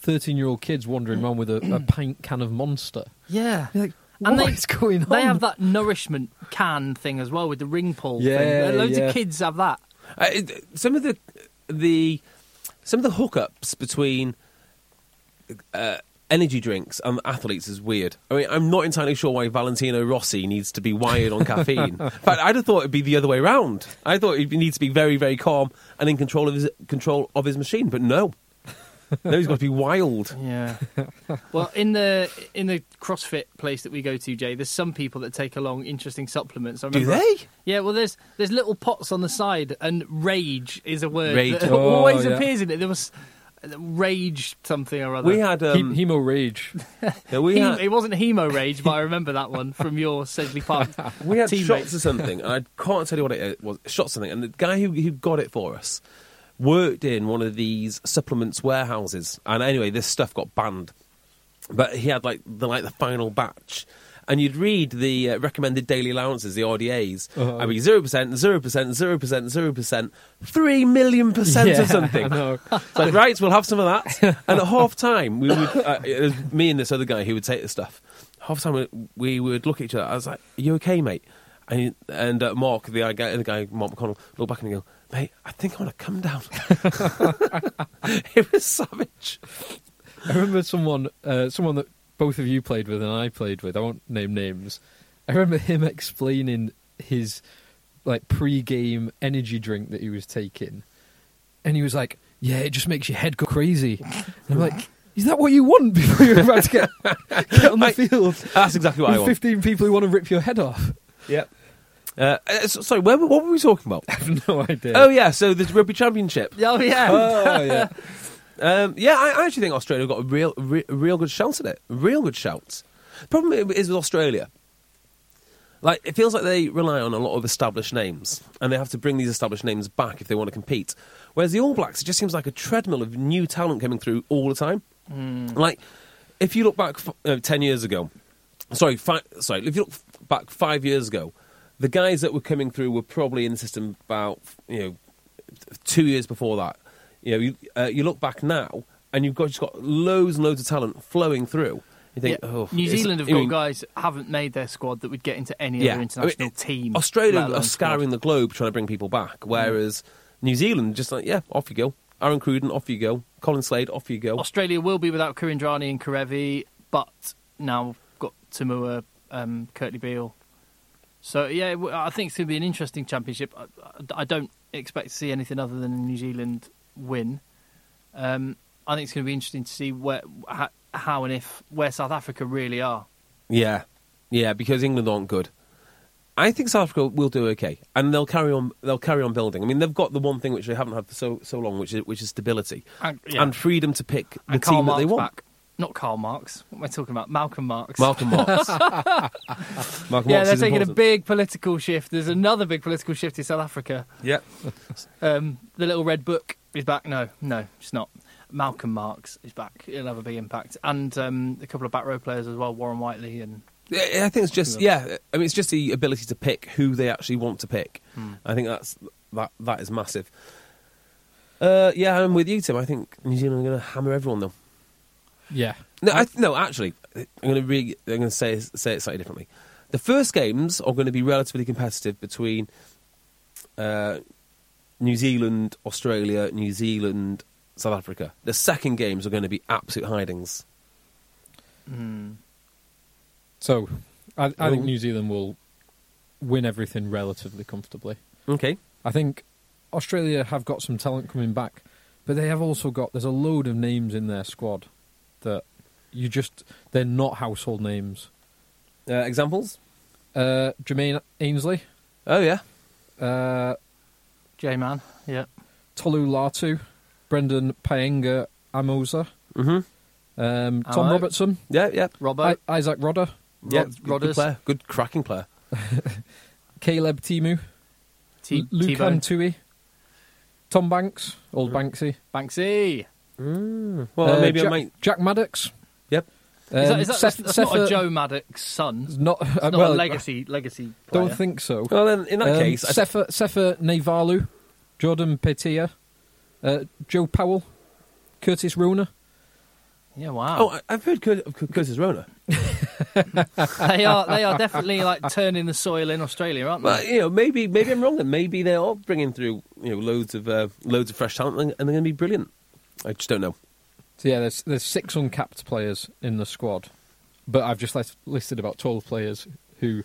D: 13 year old kids wandering around with a, a pint can of Monster.
C: Yeah.
D: You're like,
C: And
D: what
C: they-
D: is going on?
C: They have that nourishment can thing as well with the ring pull.
D: Yeah,
C: thing. loads
D: yeah.
C: of kids have that.
B: Uh, it- some of the the some of the hookups between uh, energy drinks and athletes is weird. I mean, I'm not entirely sure why Valentino Rossi needs to be wired on caffeine. In fact, I'd have thought it'd be the other way around. I thought he'd need to be very, very calm and in control of his control of his machine, but no. no, he's got to be wild.
C: Yeah. well, in the in the CrossFit place that we go to, Jay, there's some people that take along interesting supplements. I
B: Do
C: remember,
B: they?
C: Yeah. Well, there's there's little pots on the side, and rage is a word
B: Rage.
C: that
D: Oh,
C: always
D: yeah.
C: appears in it. There was rage something or other.
B: We had um,
D: Hem- Hemo rage.
B: yeah, we
C: He-
B: had
C: It wasn't hemo rage, but I remember that one from your Sedgley Park.
B: we had
C: teammates.
B: shots or something, and I can't tell you what it uh, was. Shots something, and the guy who, who got it for us worked in one of these supplements warehouses. And anyway, this stuff got banned, but he had like the like the final batch. And you'd read the uh, recommended daily allowances, the RDAs.
D: Uh-huh.
B: I'd be zero percent, zero percent, zero percent, zero percent, three million percent
D: Yeah,
B: or something.
D: I know.
B: It's like, right, we'll have some of that. And at half time, we would, uh, it was me and this other guy who would take the stuff. Half time, we, we would look at each other. I was like, Are you okay, mate? And, and uh, Mark, the other guy, the guy, Mark McConnell, looked back and go, Mate, I think I want to come down. it was savage.
D: I remember someone, uh, someone that both of you played with and I played with. I won't name names. I remember him explaining his like pre-game energy drink that he was taking, and he was like, "Yeah, it just makes your head go crazy." And I'm like, "Is that what you want before you're about to get, get on the
B: I-
D: field?"
B: That's exactly what I
D: With
B: want.
D: Fifteen people who want to rip your head off.
B: Yep. Uh, uh, so- sorry, where, were- what were we talking about?
D: I have no idea.
B: Oh, yeah, so the Rugby Championship.
C: Oh yeah.
D: Oh, yeah.
B: Um, yeah, I, I actually think Australia got a real, re- real good shout at it. Real good shout. Problem i- is with Australia, like it feels like they rely on a lot of established names, and they have to bring these established names back if they want to compete. Whereas the All Blacks, it just seems like a treadmill of new talent coming through all the time. Like if you look back f- uh, ten years ago, sorry, fi- sorry, if you look f- back five years ago, the guys that were coming through were probably in the system about you know two years before that. You know, you, uh, you look back now, and you've got just got loads and loads of talent flowing through. You think,
C: Yeah.
B: oh,
C: New
B: it's-
C: Zealand have
B: I
C: got
B: mean,
C: guys that haven't made their squad that would get into any
B: Yeah.
C: other
B: I
C: international
B: mean,
C: team.
B: Australia
C: let
B: are
C: alone squad. Mm.
B: scouring the globe trying to bring people back, whereas New Zealand just like, yeah, off you go. Aaron Cruden, off you go. Colin Slade, off you go.
C: Australia will be without Kurindrani and Karevi, but now we've got Tamua, um, Kirtley Beale. So yeah, w- I think it's going to be an interesting championship. I, I- I don't expect to see anything other than a New Zealand win. Um, I think it's going to be interesting to see where, how, how and if where South Africa really are.
B: Yeah, yeah, because England aren't good. I think South Africa will do okay, and they'll carry on. They'll carry on building. I mean, they've got the one thing which they haven't had for so so long, which is which is stability
C: And- yeah.
B: and freedom to pick the
C: and
B: team
C: Karl
B: that they
C: Marx
B: want.
C: back. Not Karl Marx. What am I talking about? Malcolm Marx.
B: Malcolm Marks. Malcolm
C: yeah,
B: Marks
C: they're
B: is
C: taking a
B: important.
C: big political shift. There's another big political shift in South Africa.
B: Yeah,
C: Um, the little red book is back. No, no, it's not. Malcolm Marks is back. It'll have a big impact, and um, a couple of back row players as well, Warren Whiteley and
B: Yeah, I think it's just yeah. I mean, it's just the ability to pick who they actually want to pick.
C: Hmm.
B: I think that's that that is massive. Uh, yeah, I'm with you, Tim. I think New Zealand are going to hammer everyone though.
D: yeah.
B: No, I th- no. Actually, I'm going to re- I'm going to say say it slightly differently. The first games are going to be relatively competitive between uh, New Zealand, Australia, New Zealand, South Africa. The second games are going to be absolute hidings.
D: So, I, I think
B: Oh.
D: New Zealand will win everything relatively comfortably.
B: Okay.
D: I think Australia have got some talent coming back, but they have also got there's a load of names in their squad that you just they're not household names.
B: Uh, examples?
D: Uh, Jermaine Ainsley,
B: Oh yeah.
D: uh,
C: J Man. Yeah,
D: Tolu Latu, Brendan Paenga Amosa,
B: Mm-hmm.
D: um, Tom
C: Hello.
D: Robertson,
B: Yeah. Yeah.
C: Robbo.
D: I- Isaac Rodder,
B: Yeah,
C: Rod-
B: good, good
C: Rodders.
B: player, good cracking player.
D: Caleb Timu,
C: T-
D: Luke
C: Tebow.
D: Antui, Tom Banks, old Banksy,
C: Banksy.
B: Well,
D: uh,
B: maybe
D: Jack,
B: I might.
D: Jack Maddox.
B: Yep.
C: Is that,
D: um,
C: is that,
D: Seth-
C: that's, that's not a
D: Seth-
C: Joe Maddox son. It's
D: Not, uh,
C: not
D: well,
C: a legacy legacy. Player.
D: Don't think so.
B: Well, then in that
D: Um,
B: case, I-
D: Sefa, Sefa Nevalu, Jordan Petia, uh, Joe Powell, Curtis Rona.
C: Yeah, wow.
B: oh, I- I've heard Cur- of Cur- Curtis Rona.
C: they are they are definitely like turning the soil in Australia, aren't they?
B: Well, you know, maybe maybe I'm wrong. Then maybe they are bringing through you know loads of uh, loads of fresh talent, and they're going to be brilliant. I just don't know.
D: So yeah, there's there's six uncapped players in the squad, but I've just left, listed about twelve players who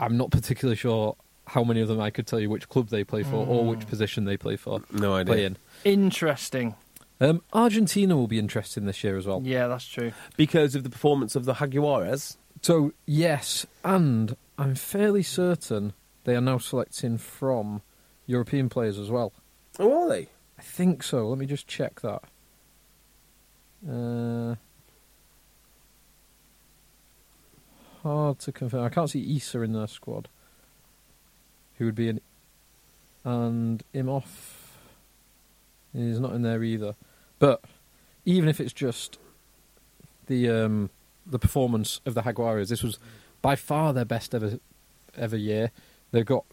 D: I'm not particularly sure how many of them I could tell you which club they play for or which position they play for.
B: No idea.
D: Play in.
C: Interesting.
D: Um, Argentina will be interesting this year as well.
C: Yeah, that's true.
B: because of the performance of the Jaguares.
D: So yes, and I'm fairly certain they are now selecting from European players as well.
B: Oh, are they?
D: I think so. Let me just check that. Uh, hard to confirm. I can't see Issa in their squad. Who would be in? And Imhoff is not in there either. But even if it's just the um, the performance of the Jaguares, this was by far their best ever ever year. They've got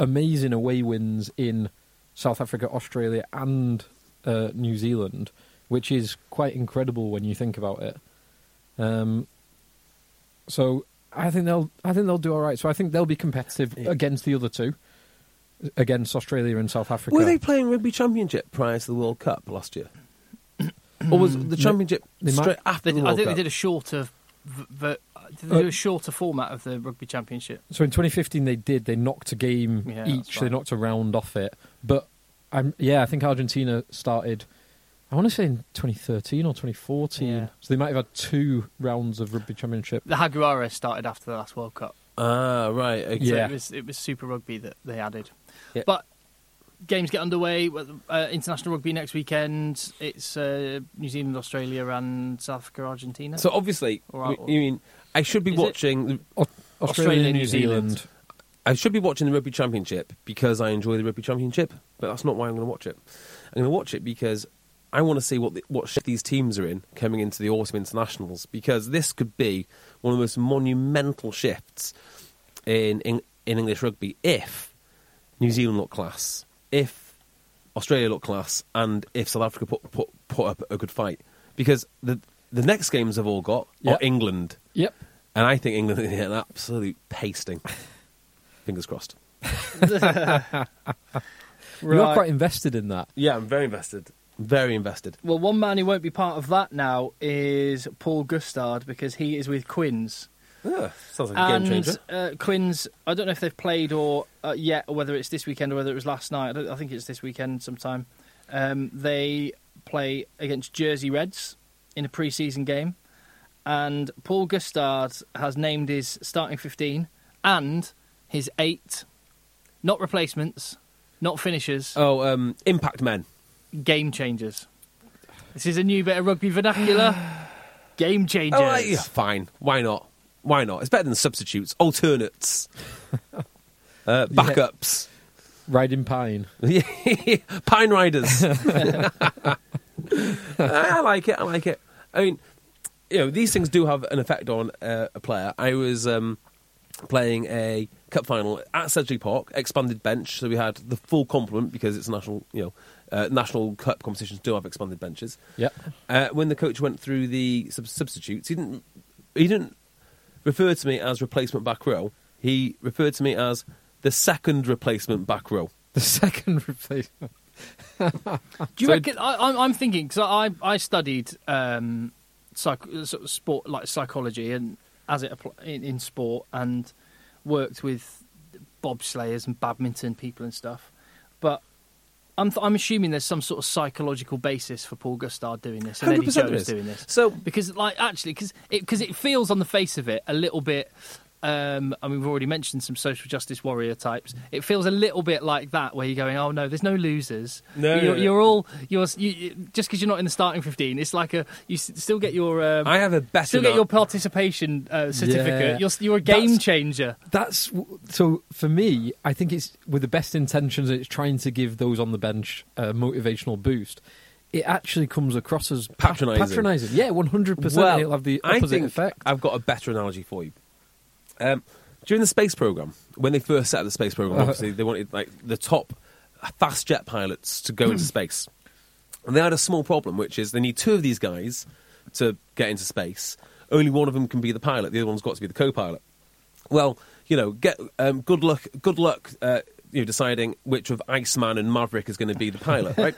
D: amazing away wins in South Africa, Australia, and uh, New Zealand, which is quite incredible when you think about it. Um, so I think they'll I think they'll do all right. So I think they'll be competitive
B: Yeah.
D: against the other two, against Australia and South Africa.
B: Were they playing rugby championship prior to the World Cup last year? or was the championship
D: they might-
B: straight after
C: They,
B: the
C: I
B: World
C: think
B: Cup?
C: they did a shorter, v- v- did they
D: Uh,
C: do a shorter format of the rugby championship.
D: So in 2015 they did. They knocked a game
C: Yeah, that's
D: each. They
C: right.
D: knocked a round off it. But I'm yeah, I think Argentina started. I want to say in 2013 or 2014.
C: Yeah.
D: So they might have had two rounds of rugby championship.
C: The Jaguares started after the last World Cup.
B: ah, right. Okay.
D: Yeah.
C: So it was it was Super Rugby that they added.
B: Yeah.
C: But games get underway. with, Uh, international rugby next weekend. It's uh, New Zealand, Australia, and South Africa, Argentina.
B: So obviously,
C: Or-
B: we- you mean I should be
C: Is it-
B: watching.
D: Australia,
C: Australia,
D: New
C: New
D: Zealand.
C: Zealand.
B: I should be watching the rugby championship because I enjoy the rugby championship, but that's not why I'm going to watch it. I'm going to watch it because I want to see what the, what shape these teams are in coming into the autumn internationals because this could be one of the most monumental shifts in in, in English rugby if New Zealand look class, if Australia look class, and if South Africa put put, put up a good fight because the the next games I've all got
D: Yeah.
B: are England,
D: Yep.
B: and I think England are going to get an absolute pasting. Fingers crossed.
D: You're quite invested in that.
B: Yeah, I'm very invested. Very invested.
C: Well, one man who won't be part of that now is Paul Gustard because he is with Quinns.
B: sounds like a
C: And
B: game changer.
C: Uh, Quinns, I don't know if they've played or uh, yet, or whether it's this weekend or whether it was last night. I, don't, I think it's this weekend sometime. Um, they play against Jersey Reds in a pre-season game, and Paul Gustard has named his starting fifteen and his eight, not replacements, not finishers,
B: Oh, um, Impact Men.
C: game changers. This is a new bit of rugby vernacular. game changers.
B: Oh, right, yeah, fine. Why not? Why not? It's better than substitutes, alternates, uh, backups,
D: Riding pine.
B: pine riders. Ah, I like it. I like it. I mean, you know, these things do have an effect on uh, a player. I was um, playing a cup final at Sedgley Park, expanded bench, so we had the full complement because it's national, you know, uh, national cup competitions do have expanded benches.
D: Yep.
B: Uh, when the coach went through the sub- substitutes, he didn't he didn't refer to me as replacement back row. He referred to me as the second replacement back row.
D: The second replacement.
C: Do you
B: So-
C: reckon? I, I'm, I'm thinking because I I studied um, psych, sort of sport like psychology and as it appl- in, in sport and worked with bobslayers and badminton people and stuff, but. I'm, th- I'm assuming there's some sort of psychological basis for Paul Gustard doing this and Eddie
B: 100% there
C: Jones
B: is.
C: doing this.
B: So-
C: because like actually because it because it feels on the face of it a little bit. Um, I mean, we've already mentioned some social justice warrior types. It feels a little bit like that, where you're going, "Oh no, there's no losers.
B: No,
C: you're,
B: no, no.
C: you're all you're you, you- just because you're not in the starting fifteen. It's like a you s- still get your um,
B: I have a better
C: still get
B: now.
C: your participation uh, certificate.
D: Yeah.
C: You're s- you're a game
D: That's-
C: changer.
D: That's so for me. I think it's with the best intentions. It's trying to give those on the bench a motivational boost. It actually comes across as pat-
B: Patronising.
D: Patronising, yeah, one hundred percent. It'll have the
B: I
D: opposite
B: think
D: effect.
B: I've got a better analogy for you. Um, during the space program, when they first set up the space program,
D: Uh-huh.
B: obviously they wanted like the top fast jet pilots to go into
D: Hmm.
B: space, and they had a small problem, which is they need two of these guys to get into space. Only one of them can be the pilot; the other one's got to be the co-pilot. Well, you know, get um, good luck. Good luck. Uh, you know, deciding which of Iceman and Maverick is going to be the pilot, right?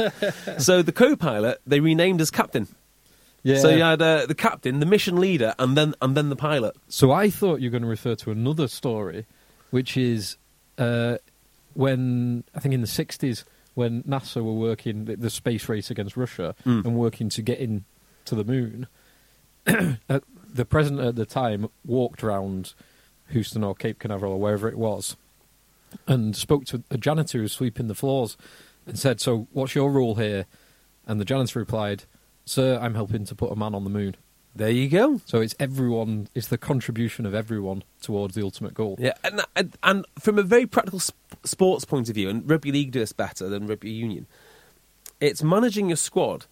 B: so the co-pilot they renamed as captain.
D: yeah.
B: So you had uh, the captain, the mission leader, and then and then the pilot.
D: So I thought you were going to refer to another story, which is uh, when I think in the sixties when NASA were working the, the space race against Russia
B: Mm.
D: and working to get in to the moon. uh, the president at the time walked around Houston or Cape Canaveral or wherever it was, and spoke to a janitor who was sweeping the floors, and said, "So, what's your rule here?" And the janitor replied, "Sir, I'm helping to put a man on the moon."
B: There you go.
D: So it's everyone. It's the contribution of everyone towards the ultimate goal.
B: Yeah, and, and, and from a very practical sp- sports point of view, and rugby league does better than rugby union. It's managing your squad,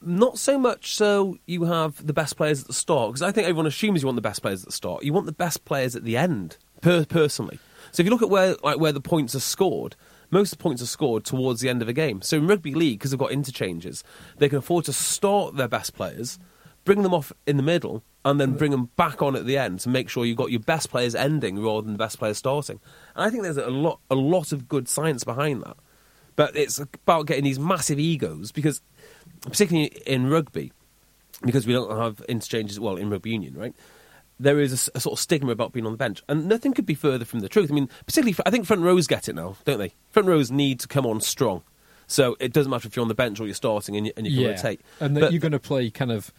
B: not so much so you have the best players at the start, because I think everyone assumes you want the best players at the start. You want the best players at the end, per- personally. So if you look at where like where the points are scored, most of the points are scored towards the end of a game. So in rugby league, because they've got interchanges, they can afford to start their best players, bring them off in the middle, and then bring them back on at the end to make sure you've got your best players ending rather than the best players starting. And I think there's a lot a lot of good science behind that. But it's about getting these massive egos because, particularly in rugby, because we don't have interchanges well in rugby union, right? There is a s- a, sort of stigma about being on the bench, and nothing could be further from the truth. I mean, particularly, I think front rows get it now, don't they? Front rows need to come on strong, so it doesn't matter if you're on the bench or you're starting and, you, and you can rotate.
D: and that
B: But-
D: you're going to play kind of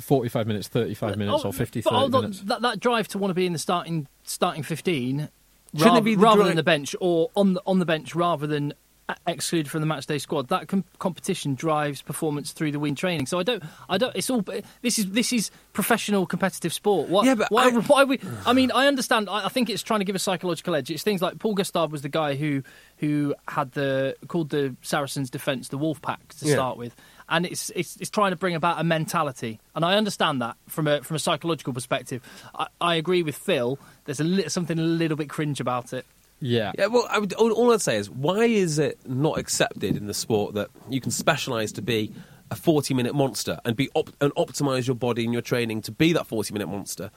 D: 45 minutes, 35
B: Oh,
D: minutes, or 50,
C: but
D: 30
C: hold on,
D: minutes.
C: That, that drive to want to be in the starting starting fifteen,
B: Shouldn't it
C: rather,
B: be the
C: rather
B: dri-
C: than the bench or on the on the bench rather than a- excluded from the match day squad. That com- competition drives performance through the win training. So I don't, I don't. It's all. This is this is professional competitive sport. Why,
B: Yeah, but
C: why,
B: I-
C: why we? I mean, I understand. I, I think it's trying to give a psychological edge. It's things like Paul Gustav was the guy who who had the called the Saracens' defense the Wolf Pack to
B: Yeah.
C: start with and it's, it's it's trying to bring about a mentality. And I understand that from a from a psychological perspective. I, I agree with Phil. There's a li- something a little bit cringe about it.
D: Yeah.
B: Yeah, well, I would, all, all I'd say is, why is it not accepted in the sport that you can specialise to be a 40 minute monster and be op- and optimise your body and your training to be that 40 minute monster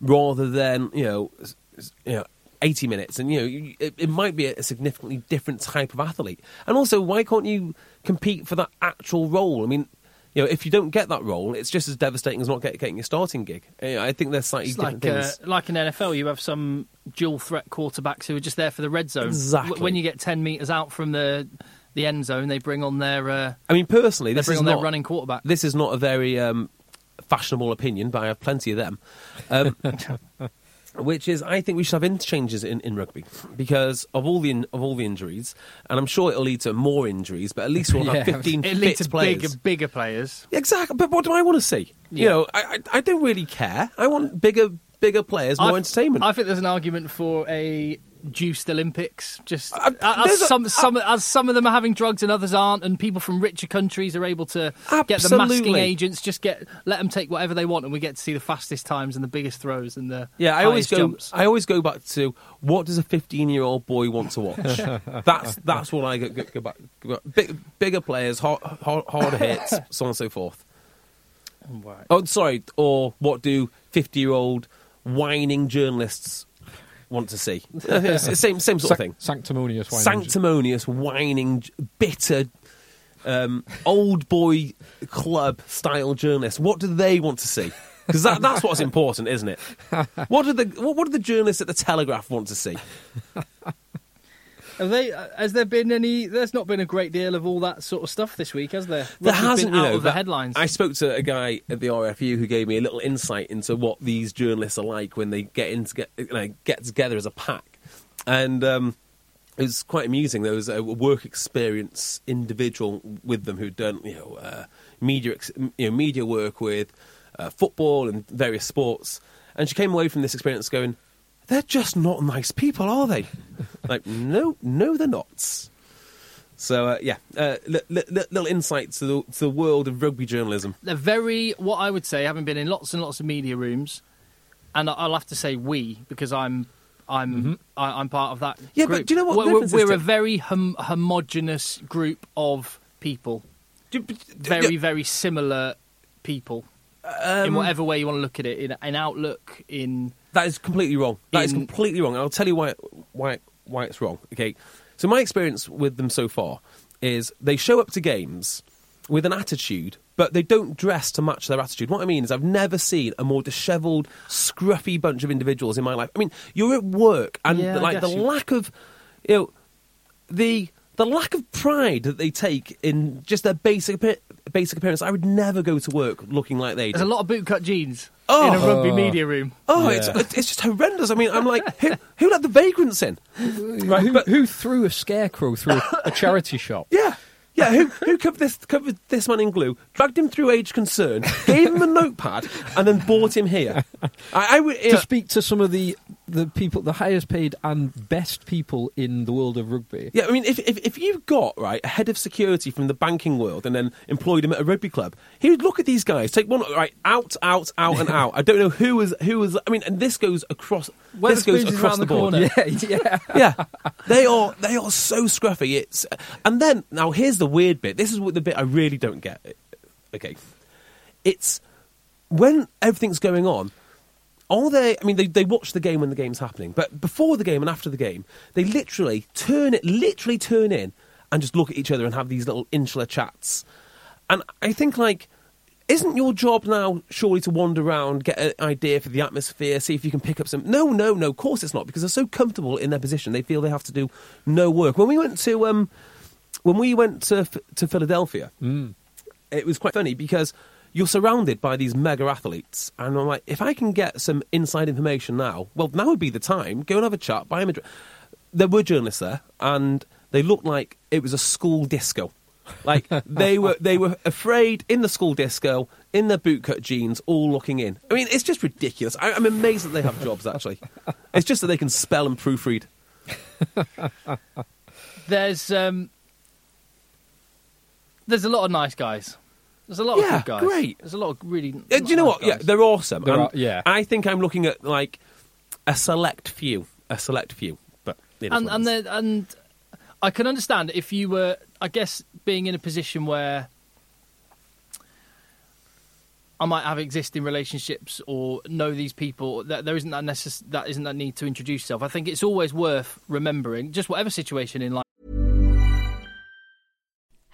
B: rather than, you know, s- s- you know 80 minutes? And, you know, you, it, it might be a significantly different type of athlete. And also, why can't you compete for that actual role? I mean, you know, if you don't get that role, it's just as devastating as not get, getting your starting gig. You know, I think they're slightly
C: It's
B: different
C: like uh,
B: things.
C: like in NFL, you have some dual threat quarterbacks who are just there for the red zone.
B: Exactly.
C: When you get ten meters out from the the end zone, they bring on their uh,
B: I mean, personally,
C: they
B: this
C: bring
B: is
C: on their
B: not,
C: running quarterback.
B: this is not a very um, fashionable opinion, but I have plenty of them. Um, which is, I think we should have interchanges in, in rugby because of all the in, of all the injuries, and I'm sure it'll lead to more injuries. But at least we'll have
D: Yeah.
B: 15
C: it
B: fit
C: leads to
B: players.
C: bigger bigger players.
B: Exactly. But what do I want to see? You
C: Yeah.
B: know, I, I I don't really care. I want bigger bigger players, more
C: I-
B: entertainment.
C: I think there's an argument for a juiced Olympics, just
B: I- I-
C: as
B: Uh, there's a-
C: some some as some of them are having drugs and others aren't, and people from richer countries are able to get the masking
B: Absolutely.
C: agents. Just get let them take whatever they want, and we get to see the fastest times and the biggest throws and the
B: Yeah, I always
C: highest
B: go.
C: jumps.
B: I always go back to what does a fifteen-year-old boy want to watch? that's that's what I go, go, go back. Go back. Big, bigger players, hard, hard, harder hits, so on and so forth. Oh, sorry. Or what do fifty-year-old whining journalists want to see? It's the same same sort of thing.
D: Sanctimonious. wine engine.
B: Sanctimonious, whining, j- bitter, um, old boy club style journalists. What do they want to see? Because that, that's what's important, isn't it? What do the what, what do the journalists at the Telegraph want to see?
C: Have they? uh, Has there been any? There's not been a great deal of all that sort of stuff this week, has there?
B: There
C: Rugby's been
B: hasn't, you
C: out
B: know,
C: of the
B: but
C: headlines.
B: I spoke to a guy at the RFU who gave me a little insight into what these journalists are like when they get into get, you know, get together as a pack, and um, it was quite amusing. There was a work experience individual with them who'd done you know uh, media ex- you know, media work with uh, football and various sports, and she came away from this experience going, "They're just not nice people, are they?" like, no, no, they're not. So uh, yeah, uh, li- li- li- little insight to the, to the world of rugby journalism.
C: they're very what I would say, having been in lots and lots of media rooms, and I- I'll have to say we because I'm I'm I, I'm part of that.
B: Mm-hmm. Yeah, but
C: group.
B: do you know what
C: We're, we're,
B: difference is
C: we're a
B: to-
C: very hom- homogenous group of people, very very similar people
B: Um,
C: in whatever way you want to look at it, in, in outlook, in
B: That is completely wrong. That is
C: In-
B: completely wrong. And I'll tell you why why why it's wrong. Okay, so my experience with them so far is they show up to games with an attitude, but they don't dress to match their attitude. What I mean is, I've never seen a more dishevelled, scruffy bunch of individuals in my life. I mean, you're at work, and
C: Yeah, I
B: like the
C: guess you-
B: lack of, you know, the the lack of pride that they take in just their basic appear- basic appearance. I would never go to work looking like they do.
C: There's a lot of bootcut jeans in a
B: Oh.
C: rugby
D: Oh.
C: media room.
B: Oh,
D: Yeah.
B: it's it's just horrendous. I mean, I'm like, who, who let the vagrants in? Right,
D: who,
B: but-
D: who threw a scarecrow through a, a charity shop?
B: Yeah. Yeah, who, who covered this covered this man in glue, dragged him through age concern, gave him a notepad, and then brought him here. I, I would yeah,
D: To speak to some of the, the people, the highest paid and best people in the world of rugby.
B: yeah. I mean, if, if if you got right a head of security from the banking world and then employed him at a rugby club, he would look at these guys, take one right out, out, out, and out. I don't know who was who was. I mean, and this goes across. This goes
C: Weatherspoons is
B: across
C: round
B: the
C: the
B: board.
C: corner.
D: Yeah, yeah.
B: yeah, they are they are so scruffy. It's and then now here's the weird bit. This is what the bit I really don't get. Okay, it's when everything's going on. Are they? I mean, they, they watch the game when the game's happening, but before the game and after the game, they literally turn it, literally turn in, and just look at each other and have these little insular chats. And I think like. Isn't your job now surely to wander around, get an idea for the atmosphere, see if you can pick up some? No, no, no. Of course it's not because they're so comfortable in their position, they feel they have to do no work. When we went to um, when we went to Ph- to Philadelphia, it was quite funny because you're surrounded by these mega athletes, and I'm like, if I can get some inside information now, well, now would be the time. Go and have a chat. Buy him a drink. There were journalists there, and they looked like it was a school disco. Like they were, they were afraid in the school disco, in their bootcut jeans, all looking in. I mean, it's just ridiculous. I, I'm amazed that they have jobs. Actually, it's just that they can spell and proofread.
C: There's um, there's a lot of nice guys. There's a lot
B: Yeah,
C: of good guys.
B: great.
C: There's a lot of really.
B: Uh, do you know
C: nice
B: what? Yeah,
C: guys.
B: they're awesome.
D: There
B: And
D: are- yeah.
B: I think I'm looking at like a select few, a select few. But it is
C: and
B: what it
C: Um, and
B: is.
C: the, and I can understand if you were, I guess, being in a position where I might have existing relationships or know these people. That there isn't that necess- that isn't that need to introduce yourself. I think it's always worth remembering, just whatever situation in life.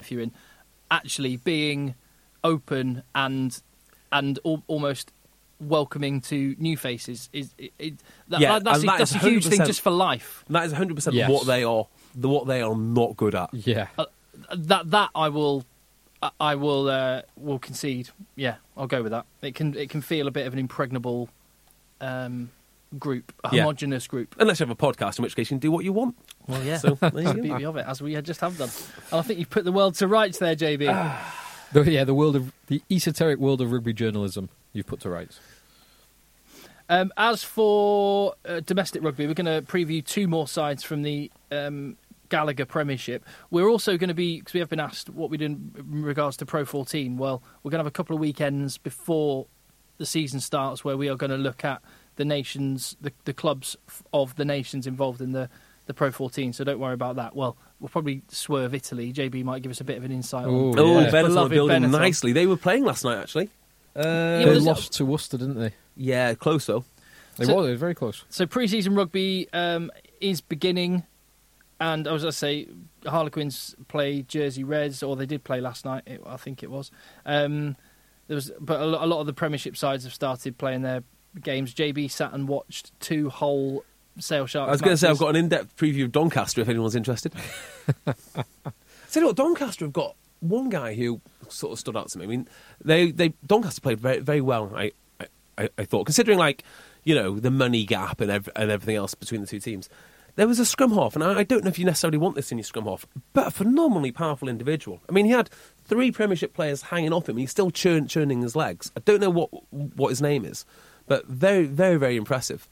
C: if you're in actually being open and and al- almost welcoming to new faces is it, it, that,
B: Yeah,
C: that- that's,
B: and
C: a,
B: that
C: that's
B: is
C: a huge thing
B: 100%
C: just for life
B: that is 100 percent
D: Yes.
B: what they are, the, what they are not good at.
D: Yeah.
C: Uh, that that i will I- i will uh, will concede yeah i'll go with that it can it can feel a bit of an impregnable um group a
B: Yeah.
C: homogenous group
B: Unless you have a podcast, in which case you can do what you want.
C: well yeah
B: So there
C: that's the
B: you go.
C: beauty of it as we just have done and i think you've put the world to rights there jb
D: The, yeah, the world of the esoteric world of rugby journalism you've put to rights.
C: Um, as for uh, domestic rugby, we're going to preview two more sides from the um, Gallagher Premiership. We're also going to be, because we have been asked what we do in in regards to Pro 14. Well, we're going to have a couple of weekends before the season starts where we are going to look at the nations, the, the clubs f- of the nations involved in the, the Pro 14. So don't worry about that. Well, we'll probably swerve Italy. JB might give us a bit of an insight.
D: Ooh.
C: on uh,
D: Oh,
B: Oh,
D: yeah.
B: Benetton are
C: Beloved
B: building
C: Benetton.
B: nicely. They were playing last night, actually.
C: Yeah,
D: they
C: there's-
D: lost to Worcester, didn't they?
B: Yeah, close though.
D: They
C: So-
D: were. They were very close.
C: So preseason rugby um, is beginning, and as I say, Harlequins play Jersey Reds, or they did play last night. It, I think it was. Um, there was, but a, lo- a lot of the Premiership sides have started playing their games. JB sat and watched two whole Sale Sharks.
B: I was going to say I've
C: matches.
B: got an in-depth preview of Doncaster if anyone's interested. so look, Doncaster have got one guy who sort of stood out to me. I mean, they, they Doncaster played very, very well. I, I- I I thought considering like you know the money gap and ev- and everything else between the two teams. There was a scrum half, and I, I don't know if you necessarily want this in your scrum half, but a phenomenally powerful individual. I mean, he had three Premiership players hanging off him, and he's still churn, churning his legs. I don't know what what his name is, but very, very, very impressive.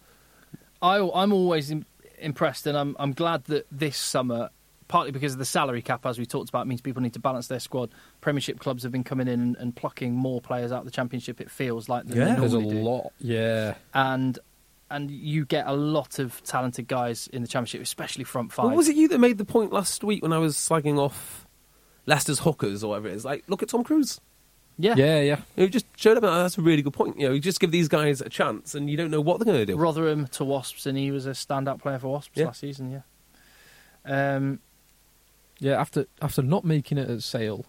C: I, I'm always im impressed, and I'm, I'm glad that this summer, partly because of the salary cap, as we talked about, means people need to balance their squad. Premiership clubs have been coming in and, and plucking more players out of the Championship. It feels like than
B: Yeah.
C: they
D: There's a
C: normally do.
D: lot. Yeah.
C: and and you get a lot of talented guys in the Championship, especially front five.
B: Well, was it you that made the point last week when I was slagging off Leicester's hookers or whatever it is? Like, look at Tom Cruise.
C: Yeah.
D: Yeah, yeah.
B: You know, just showed up. and "Oh, That's a really good point. You know, you just give these guys a chance, and you don't know what they're going to do.
C: Rotherham to Wasps, and he was a standout player for Wasps
B: Yeah.
C: last season. Yeah. Um,
D: Yeah, after after not making it at Sale,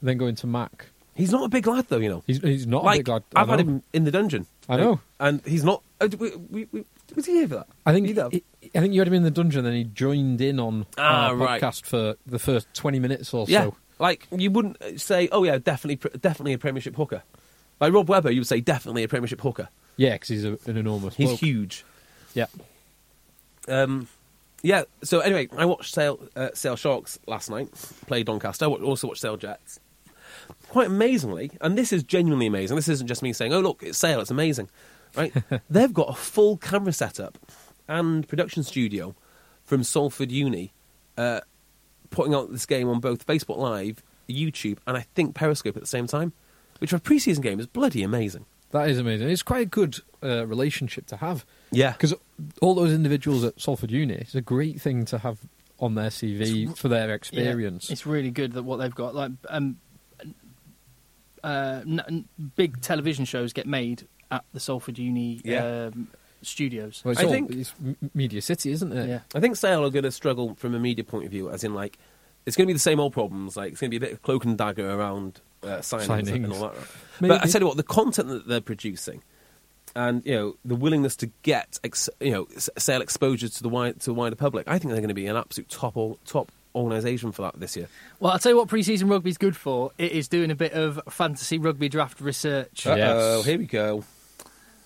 D: then going to Mac.
B: He's not a big lad, though. You know,
D: He's he's not
B: like
D: a big lad. I
B: I've had
D: know.
B: him in the dungeon.
D: I know.
B: and he's not. Uh, we, we, we, was he here for that?
D: I think
B: Either.
D: I think you had him in the dungeon, then he joined in on
B: Ah,
D: our
B: right.
D: podcast for the first twenty minutes or
B: yeah,
D: so.
B: like you wouldn't uh, say, "Oh yeah, definitely, pr- definitely a Premiership hooker." Like Rob Webber, you would say, "Definitely a Premiership hooker."
D: Yeah, because he's a, an enormous.
B: He's
D: bloke.
B: huge.
D: Yeah,
B: Um, yeah. So anyway, I watched Sale uh, Sale Sharks last night. Play Doncaster. I wa- also watched Sale Jets. Quite amazingly, and this is genuinely amazing. This isn't just me saying, "Oh look, it's Sale. It's amazing." Right? They've got a full camera setup and production studio from Salford Uni, uh, putting out this game on both Facebook Live, YouTube, and I think Periscope at the same time, which for a preseason game is bloody amazing.
D: that is amazing. It's quite a good uh, relationship to have.
B: Yeah.
D: because all those individuals at Salford Uni, it's a great thing to have on their CV for their
C: yeah,
D: experience.
C: it's really good that what they've got. Like, um, uh, n- n- big television shows get made at the Salford Uni
B: Yeah.
C: um, studios.
D: Well, it's
B: I
D: all-
B: think-
D: it's M- Media City, isn't it?
C: Yeah.
B: I think Sale are going to struggle from a media point of view, as in like it's going to be the same old problems. Like it's going to be a bit of cloak and dagger around uh, signings, and
D: Signings.
B: all that.
D: Maybe.
B: But I tell you what, the content that they're producing, and you know the willingness to get ex- you know s- Sale exposure to the wide to the wider public, I think they're going to be an absolute top all, top organisation for that this year.
C: Well, I'll tell you what preseason rugby's good for. It is doing a bit of fantasy rugby draft research.
D: Yeah. Yes.
B: Oh, here we go.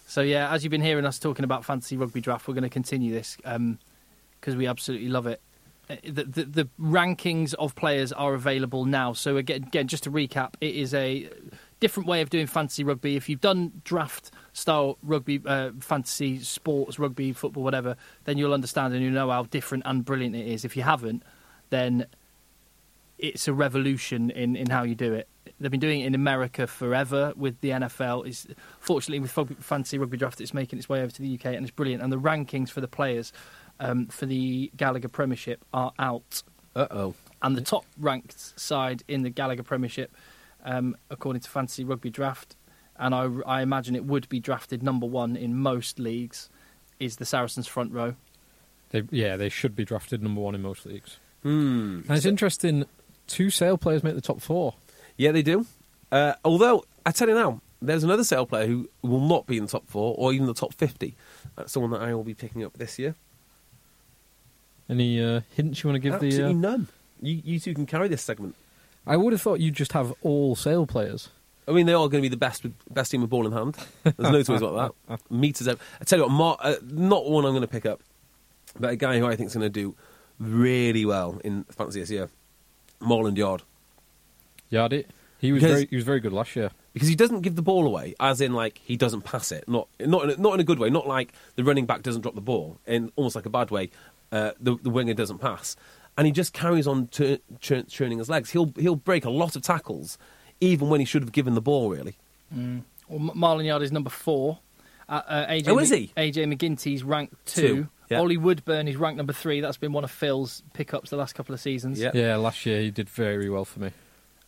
C: So yeah, as you've been hearing us talking about fantasy rugby draft, we're going to continue this because we absolutely love it. Uh, The, the, the rankings of players are available now. So again, again, just to recap, it is a different way of doing fantasy rugby. If you've done draft style rugby, uh, fantasy sports, rugby, football, whatever, then you'll understand and you know how different and brilliant it is. If you haven't, then it's a revolution in, in how you do it. They've been doing it in America forever with the NFL. It's, fortunately, with fo- fantasy rugby draft, it's making its way over to the UK and it's brilliant. And the rankings for the players um, for the Gallagher Premiership are out.
B: Uh oh.
C: And the top ranked side in the Gallagher Premiership, um, according to fantasy rugby draft, and I, I imagine it would be drafted number one in most leagues, is the Saracens front row.
D: They, yeah, they should be drafted number one in most leagues.
B: Hmm.
C: Hmm.
D: And it's interesting. Two sale players make the top four.
B: Yeah, they do. Uh, although I tell you now, there's another Sale player who will not be in the top four or even the top fifty. That's someone that I will be picking up this year.
D: Any uh, hints you want to give
B: Absolutely
D: the? Uh,
B: none. You, you two can carry this segment.
D: I would have thought you'd just have all sale players.
B: I mean, they are going to be the best with, best team with ball in hand. There's no two ways about that. Meters. Out. I tell you what, Mar- uh, not one I'm going to pick up, but a guy who I think is going to do really well in fancy this year, Morland Yard,
D: Yardi, he was
B: Because-
D: very, he was very good last year.
B: because he doesn't give the ball away, as in like he doesn't pass it, not not in a, not in a good way, not like the running back doesn't drop the ball, in almost like a bad way, uh, the, the winger doesn't pass, and he just carries on tu- churn- churning his legs. He'll he'll break a lot of tackles, even when he should have given the ball. Really,
C: Well, M- Marlon Yard is number four. Uh, uh, AJ
B: Oh, is he?
C: AJ McGinty's ranked two.
B: Two, yeah.
C: Ollie Woodburn is ranked number three. That's been one of Phil's pickups the last couple of seasons.
B: Yeah.
D: Yeah, last year he did very well for me.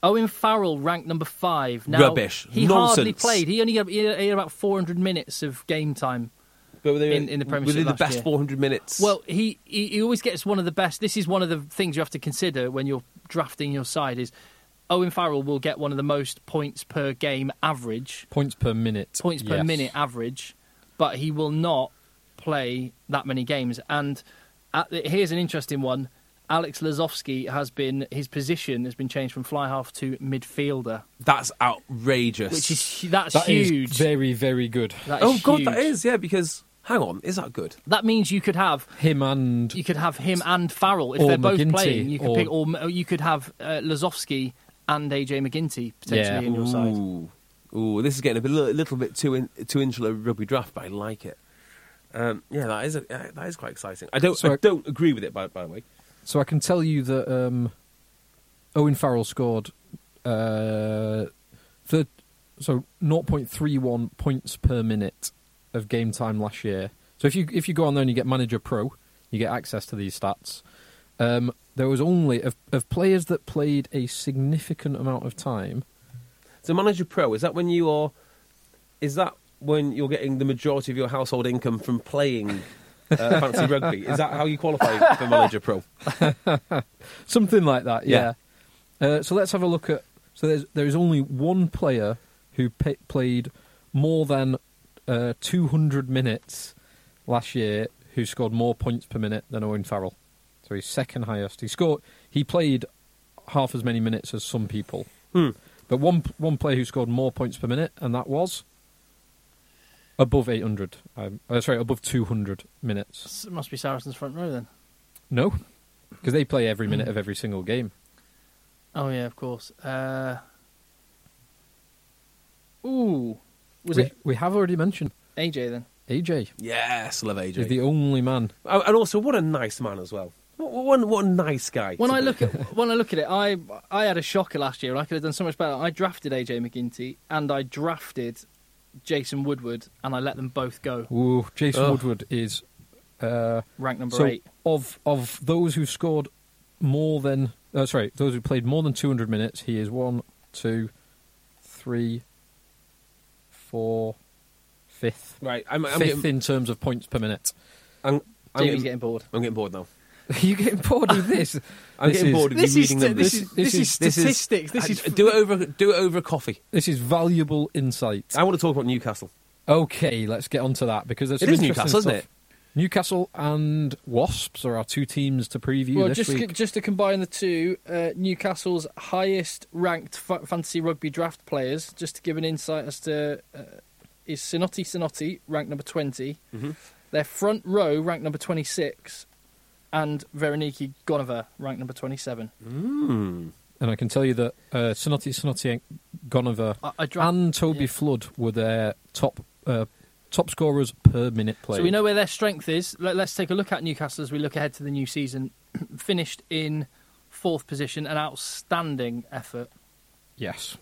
C: Owen Farrell ranked number five. Now,
B: Rubbish.
C: He hardly
B: Nonsense.
C: played. He only had, he had about 400 minutes of game time.
B: But were they
C: in- in the Premiership
B: within the
C: last
B: best
C: year.
B: 400 minutes?
C: Well, he, he he always gets one of the best. This is one of the things you have to consider when you're drafting your side is Owen Farrell will get one of the most points per game average,
D: Points per minute.
C: points per
D: yes.
C: minute average, but he will not play that many games. And at the, here's an interesting one. Alex Lazowski has been his position has been changed from fly half to midfielder,
B: that's outrageous.
C: which is hu- that's
D: That is
C: huge.
D: very, very good.
C: That is
B: oh god, that
C: huge.
B: is yeah. Because hang on, is that good?
C: That means you could have
D: Him and
C: you could have him and Farrell if
D: Or
C: they're both
D: McGinty,
C: playing. You could
D: or-
C: pick, or or you could have uh, Lazowski and AJ McGinty potentially
D: Yeah.
C: in your side.
B: Ooh, ooh, this is getting a bit- little, little bit too in, too insular rugby draft, but I like it. Um, yeah, that is a, yeah, that is quite exciting. I don't
D: So
B: I
D: I-
B: don't agree with it by, by the way.
D: So I can tell you that um, Owen Farrell scored uh, third, so 0.31 points per minute of game time last year. So if you if you go on there and you get Manager Pro, you get access to these stats. Um, there was only of, of players that played a significant amount of time.
B: So manager pro is that when you are? Is that when you're getting the majority of your household income from playing? Uh, fancy rugby is that how you qualify for manager pro?
D: Something like that,
B: Yeah.
D: yeah. Uh, so let's have a look at. So there's, there is only one player who pa played more than uh, 200 minutes last year who scored more points per minute than Owen Farrell. So he's second highest. He scored. He played half as many minutes as some people. But one one player who scored more points per minute, and that was above 800. Um, uh, sorry, above 200 minutes.
C: S- must be Saracens front row then.
D: No, because they play every minute of every single game.
C: Oh yeah, of course. Uh, ooh, was
D: we,
C: it
D: we have already mentioned
C: AJ then?
D: AJ.
B: Yes, love
D: He's
B: AJ.
D: the only man.
B: Oh, and also, what a nice man as well. What, what, what a nice guy.
C: When
B: to
C: I
B: be.
C: look at when I look at it, I I had a shocker last year, and I could have done so much better. I drafted AJ McGinty and I drafted Jason Woodward, and I let them both go.
D: Ooh, Jason
B: Ugh.
D: Woodward is uh,
C: Rank number
D: so
C: eight.
D: of of those who scored more than uh, sorry, those who played more than 200 minutes. He is one, two, three, four, fifth.
B: right, I'm, I'm,
D: Fifth
B: getting,
D: in terms of points per minute.
B: I'm, I'm,
C: Jamie's
B: getting,
C: getting bored.
B: I'm getting bored now.
D: you getting bored with this?
B: I'm
D: This
B: getting
D: is-
B: bored of
C: This
B: you
C: is
B: reading
C: sta-
B: them.
C: this is- this is statistics. This
B: I-
C: is-
B: do it over. Do it over a coffee.
D: This is valuable insight.
B: I want to talk about Newcastle.
D: Okay, let's get on to that because there's
B: It
D: some
B: is
D: interesting
B: Newcastle, isn't
D: stuff. Newcastle and Wasps are our two teams to preview
C: Well,
D: this
C: just
D: week.
C: to, just to combine the two, uh, Newcastle's highest ranked fa- fantasy rugby draft players, just to give an insight as to uh, is Sinotti Sinotti ranked number 20
D: Mm-hmm.
C: their front row ranked number twenty six, and Veroniki Gonova ranked number twenty seven.
D: Mm-hmm. And I can tell you that uh, Sonotti, Sonotti, Gonover,
C: I, I dra-
D: and Toby
C: yeah.
D: Flood were their top uh, top scorers per minute play.
C: So we know where their strength is. Let, us take a look at Newcastle as we look ahead to the new season. Finished in fourth position, an outstanding effort.
D: Yes.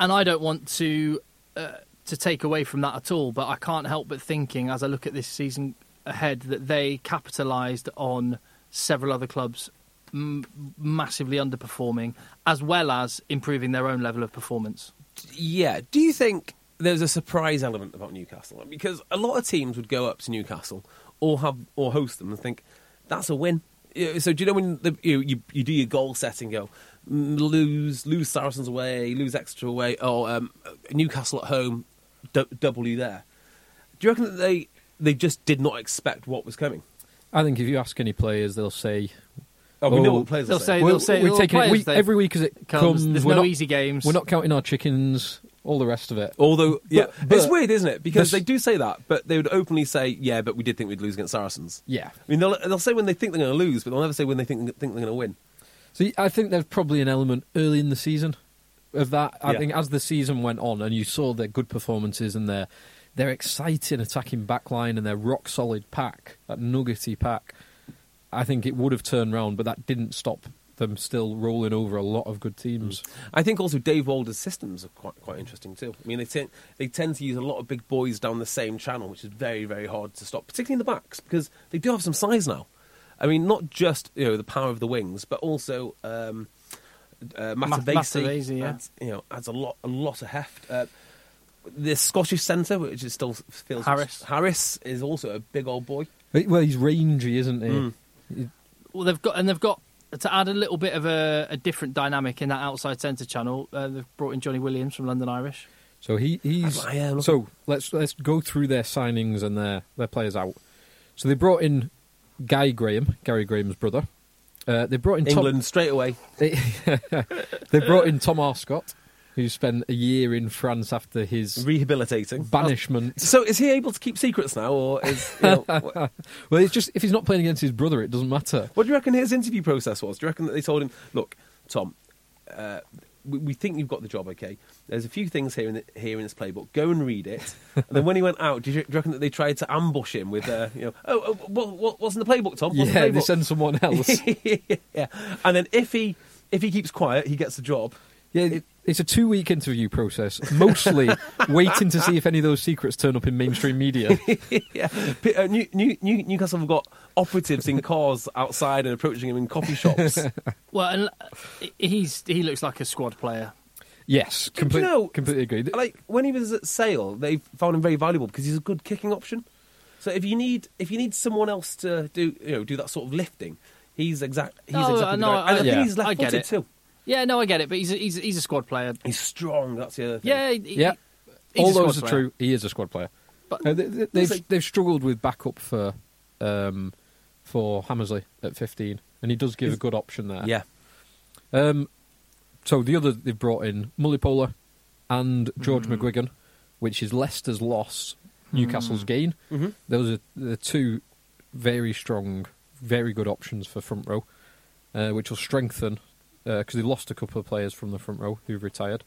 C: and I don't want to uh, to take away from that at all, but I can't help but thinking as I look at this season ahead that they capitalised on several other clubs m- massively underperforming, as well as improving their own level of performance.
B: Yeah. Do you think there's a surprise element about Newcastle? Because a lot of teams would go up to Newcastle or have or host them and think that's a win. Yeah, So do you know when the, you, you you do your goal setting go mm, lose lose Saracens away lose extra away or um, Newcastle at home d- W there? Do you reckon that they they just did not expect what was coming?
D: I think if you ask any players, they'll say,
B: Oh, we know
D: Oh,
B: what players
C: they'll
B: are
C: say-
B: saying.
D: "We're-
C: say
D: "We're
C: all
D: taking it
C: players,
D: week,
C: they-
D: every week as it
C: Comes,
D: comes.
C: there's
D: we're
C: no
D: not,
C: easy games.
D: We're not counting our chickens. All the rest of it.
B: Although, yeah,
D: but-
B: it's weird, isn't it? Because
D: This-
B: they do say that, but they would openly say, "Yeah, but we did think we'd lose against Saracens."
D: Yeah.
B: I mean, they'll, they'll say when they think they're going to lose, but they'll never say when they think think they're going to win.
D: So I think there's probably an element early in the season of that. I
B: Yeah.
D: think as the season went on and you saw their good performances and their their exciting attacking backline and their rock solid pack, that nuggety pack, I think it would have turned round, but that didn't stop them still rolling over a lot of good teams.
B: I think also Dave Walder's systems are quite quite interesting too. I mean, they tend they tend to use a lot of big boys down the same channel, which is very very hard to stop, particularly in the backs because they do have some size now. I mean, not just you know the power of the wings, but also um, uh,
C: Ma-
B: Matavesi
C: Matavesi, yeah.
B: adds, you know adds a lot a lot of heft. Uh, the Scottish centre, which is still feels
C: Harris.
B: Harris is also a big old boy.
D: Well, he's rangy, isn't he?
B: Mm.
C: Well, they've got and they've got to add a little bit of a, a different dynamic in that outside centre channel. Uh, they've brought in Johnny Williams from London Irish.
D: So he, he's
B: I am.
D: so let's let's go through their signings and their their players out. So they brought in Guy Graham, Gary Graham's brother. Uh, they brought in Tom-
B: England straight away.
D: They, they brought in Tom Arscott, who spent a year in France after his
B: Rehabilitating.
D: banishment.
B: So is he able to keep secrets now, or is you know, what,
D: Well, it's just if he's not playing against his brother, it doesn't matter.
B: what do you reckon his interview process was? Do you reckon that they told him, "Look, Tom, uh, we, we think you've got the job. Okay, there's a few things here in the, here in this playbook. Go and read it." and then when he went out, do you, do you reckon that they tried to ambush him with, uh, you know, "Oh, oh what, what, what's in the playbook, Tom? What's in
D: Yeah,
B: the
D: they
B: playbook?
D: send someone else.
B: yeah, and then if he if he keeps quiet, he gets the job.
D: Yeah, it- it's a two-week interview process, mostly waiting to see if any of those secrets turn up in mainstream media.
B: yeah, P- uh, New, New, New, Newcastle have got operatives in cars outside and approaching him in coffee shops.
C: Well, and uh, he's he looks like a squad player.
D: Yes,
B: Do you
D: complete,
B: know-
D: completely agree. Th-
B: like when he was at Sale, they found him very valuable because he's a good kicking option. So if you need if you need someone else to do you know do that sort of lifting, he's exact. He's
C: No,
B: exactly
C: no,
B: the guy.
C: I-
B: And I, think
D: yeah,
B: he's
C: I
B: left
C: get
B: footed
C: it.
B: too.
C: Yeah, no, I get it, but he's a, he's a, he's a squad player.
B: He's strong. That's the other thing.
C: Yeah, he- he-
D: Yeah,
C: he's
D: all
C: a squad
D: those are
C: player.
D: true. He is a squad player.
C: But-
D: Uh, they, they, they've
B: like-
D: they've struggled with backup for um, for Hammersley at fifteen, and he does give a good option there.
B: yeah.
D: Um, so the other they've brought in Mullipola and George
C: Hmm.
D: McGuigan, which is Leicester's loss, Newcastle's gain.
C: Mm-hmm.
B: Mhm.
D: Those are the two very strong, very good options for front row, uh, which will strengthen because they lost a couple of players from the front row who've retired.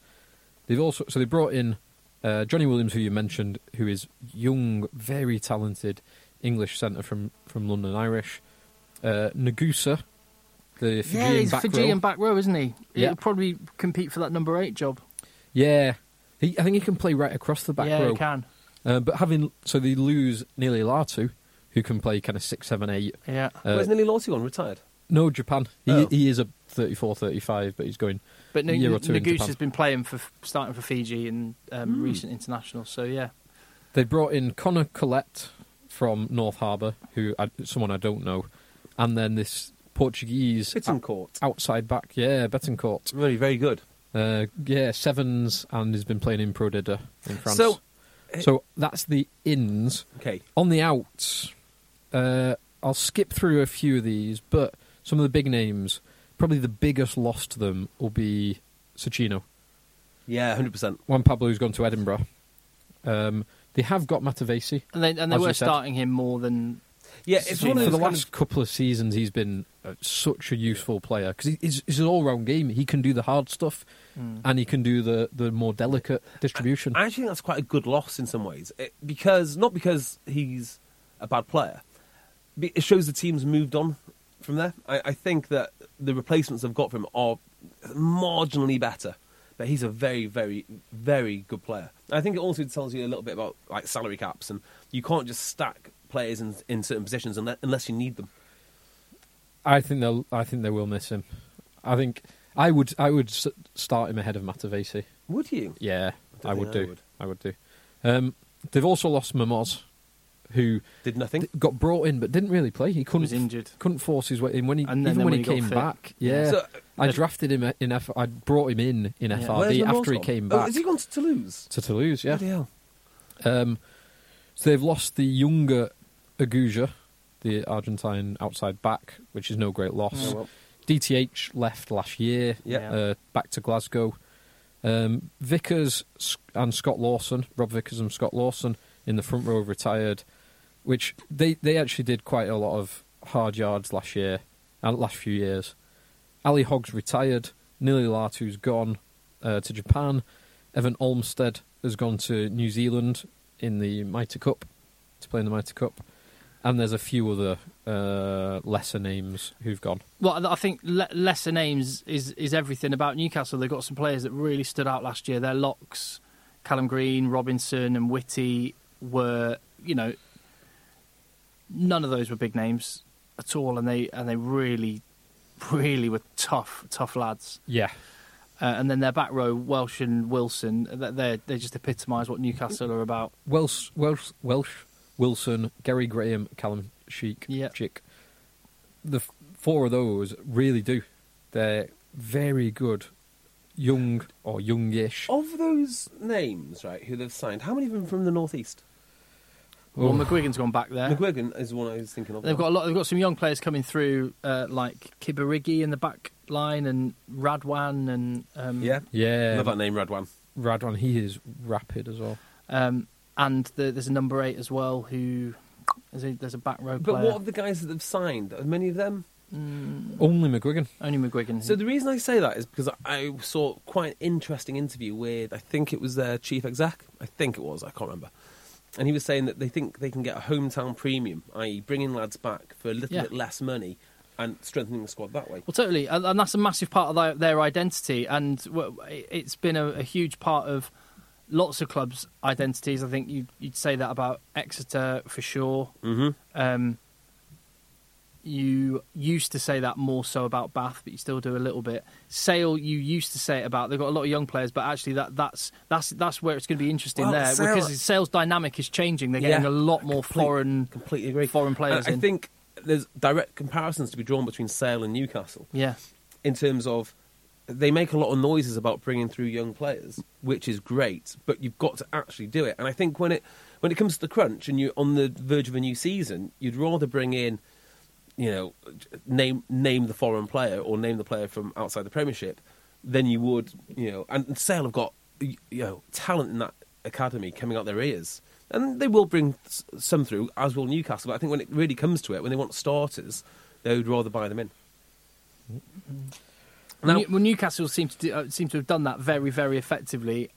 D: They've also so they brought in uh, Johnny Williams, who you mentioned, who is young, very talented English centre from from London Irish. Uh, Nagusa, the Fijian
C: Yeah, he's
D: back row.
C: Fijian back row, isn't he?
D: Yeah.
C: He'll probably compete for that number eight job.
D: Yeah, he, I think he can play right across the back
C: yeah,
D: row.
C: he can.
D: Uh, but having so they lose Neely Latu, who can play kind of six, seven, eight.
C: Yeah,
D: Uh,
B: Where's Neil Lawson gone? Retired.
D: No, Japan. He
B: Oh.
D: he is a 34, 35, but he's going.
C: but N-
D: a year or two in
C: Nagus
D: Japan.
C: has been playing for starting for Fiji in um, recent internationals. So yeah,
D: They brought in Connor Collette from North Harbour, who I, someone I don't know, and then this Portuguese
B: Fitting court.
D: outside back, yeah, Betancourt.
B: Really, very good.
D: Uh, yeah, sevens, and he's been playing in Pro Dida in France.
B: So-
D: so that's the ins.
B: Okay.
D: On the outs, uh, I'll skip through a few of these, but some of the big names, probably the biggest loss to them will be Sacchino.
B: Yeah, hundred percent.
D: Juan Pablo, who's gone to Edinburgh. Um, they have got Matavesi.
C: and they and they
D: As
C: were
D: we said.
C: starting him more than
B: Yeah, it's one of those
D: For the
B: kind
D: last
B: of,
D: couple of seasons, he's been uh, such a useful player because he, he's, he's an all-round game. He can do the hard stuff, and he can do the, the more delicate distribution.
B: Mm. I actually think that's quite a good loss in some ways it, because not because he's a bad player. be- It shows the team's moved on from there. I, I think that the replacements they've got for him are marginally better, but he's a very, very, very good player. I think it also tells you a little bit about like salary caps and you can't just stack players in, in certain positions unless, unless you need them.
D: I think they'll. I think they will miss him. I think I would. I would s- start him ahead of Matavesi.
B: Would you?
D: Yeah,
B: don't
D: I
B: think
D: would
B: I
D: do.
B: would.
D: I would do. Um, they've also lost Mamoz, who
B: Did nothing.
D: th- got brought in but didn't really play. He couldn't
C: was injured.
D: Couldn't force his way in when he
C: And then-
D: even
C: then
D: when
C: when
D: he
C: he got
D: came
C: fit.
D: back. Yeah,
B: So-
D: I drafted him in F. I brought him in in
C: Yeah.
D: FRD
B: Where's
D: after
B: Lamore's
D: he
B: gone?
D: came
B: Oh,
D: back
B: has he gone to Toulouse?
D: to Toulouse. Yeah,
B: Bloody hell.
D: um, so they've lost the younger Aguja, the Argentine outside back, which is no great loss.
B: Oh, well.
D: DTH left last year,
B: Yeah.
D: uh, back to Glasgow. Um, Vickers S- and Scott Lawson, Rob Vickers and Scott Lawson in the front row have retired, which they, they actually did quite a lot of hard yards last year, uh, last few years. Ali Hoggs retired, Nili Latu's gone uh, to Japan, Evan Olmsted has gone to New Zealand in the Mitre Cup to play in the Mitre Cup, and there's a few other uh, lesser names who've gone.
C: Well, I think le- lesser names is is everything about Newcastle. They've got some players that really stood out last year. Their locks, Callum Green, Robinson, and Whitty were, you know, none of those were big names at all, and they and they really, really were tough, tough lads.
D: Yeah,
C: Uh, and then their back row, Welsh and Wilson, th- they they just epitomise what Newcastle are about.
D: Welsh, Welsh, Welsh, Wilson, Gary Graham, Callum Sheik,
C: Yep.
D: Chick. The f- four of those really do. They're very good, young or youngish.
B: Of those names, right, who they've signed, how many of them from the northeast?
C: Well, McGuigan's gone back there.
B: McGuigan is one I was thinking of.
C: Uh, They've got a lot. They've got some young players coming through, uh, like Kibarigi in the back line, and Radwan, and um,
B: yeah,
D: Yeah.
B: Love that name, Radwan.
D: Radwan, he is rapid as well.
C: um, and the, there's a number eight as well who there's a, there's a back row
B: But
C: player.
B: what of the guys that they've signed? Are many of them?
D: Only McGuigan.
C: Only McGuigan.
B: So
C: So
B: the reason I say that is because I saw quite an interesting interview with I think it was their chief exec. I think it was. I can't remember. And he was saying that they think they can get a hometown premium, i.e., bringing lads back for a little
C: Yeah.
B: bit less money and strengthening the squad that way.
C: well, totally, and, and that's a massive part of their, their identity, and w- it's been a, a huge part of lots of clubs' identities. I think you, you'd say that about Exeter for sure.
B: Mm-hmm.
C: Um, you used to say that more so about Bath, but you still do a little bit. Sale, you used to say it about. They've got a lot of young players, but actually, that that's that's that's where it's going to be interesting
B: Well,
C: there
B: Sale-
C: because Sale's dynamic is changing. They're getting
B: Yeah.
C: a lot more foreign.
B: Completely agree.
C: Foreign players
B: And I
C: in.
B: think there's direct comparisons to be drawn between Sale and Newcastle.
C: Yeah,
B: in terms of they make a lot of noises about bringing through young players, which is great, but you've got to actually do it. And I think when it when it comes to the crunch and you're on the verge of a new season, you'd rather bring in, you know, name name the foreign player or name the player from outside the Premiership than you would, you know. And Sale have got you know talent in that academy coming out their ears, and they will bring s- some through as will Newcastle. But I think when it really comes to it, when they want starters, they would rather buy them in. Now-
C: Mm-hmm. New, well, Newcastle seem to do, uh, seem to have done that very very effectively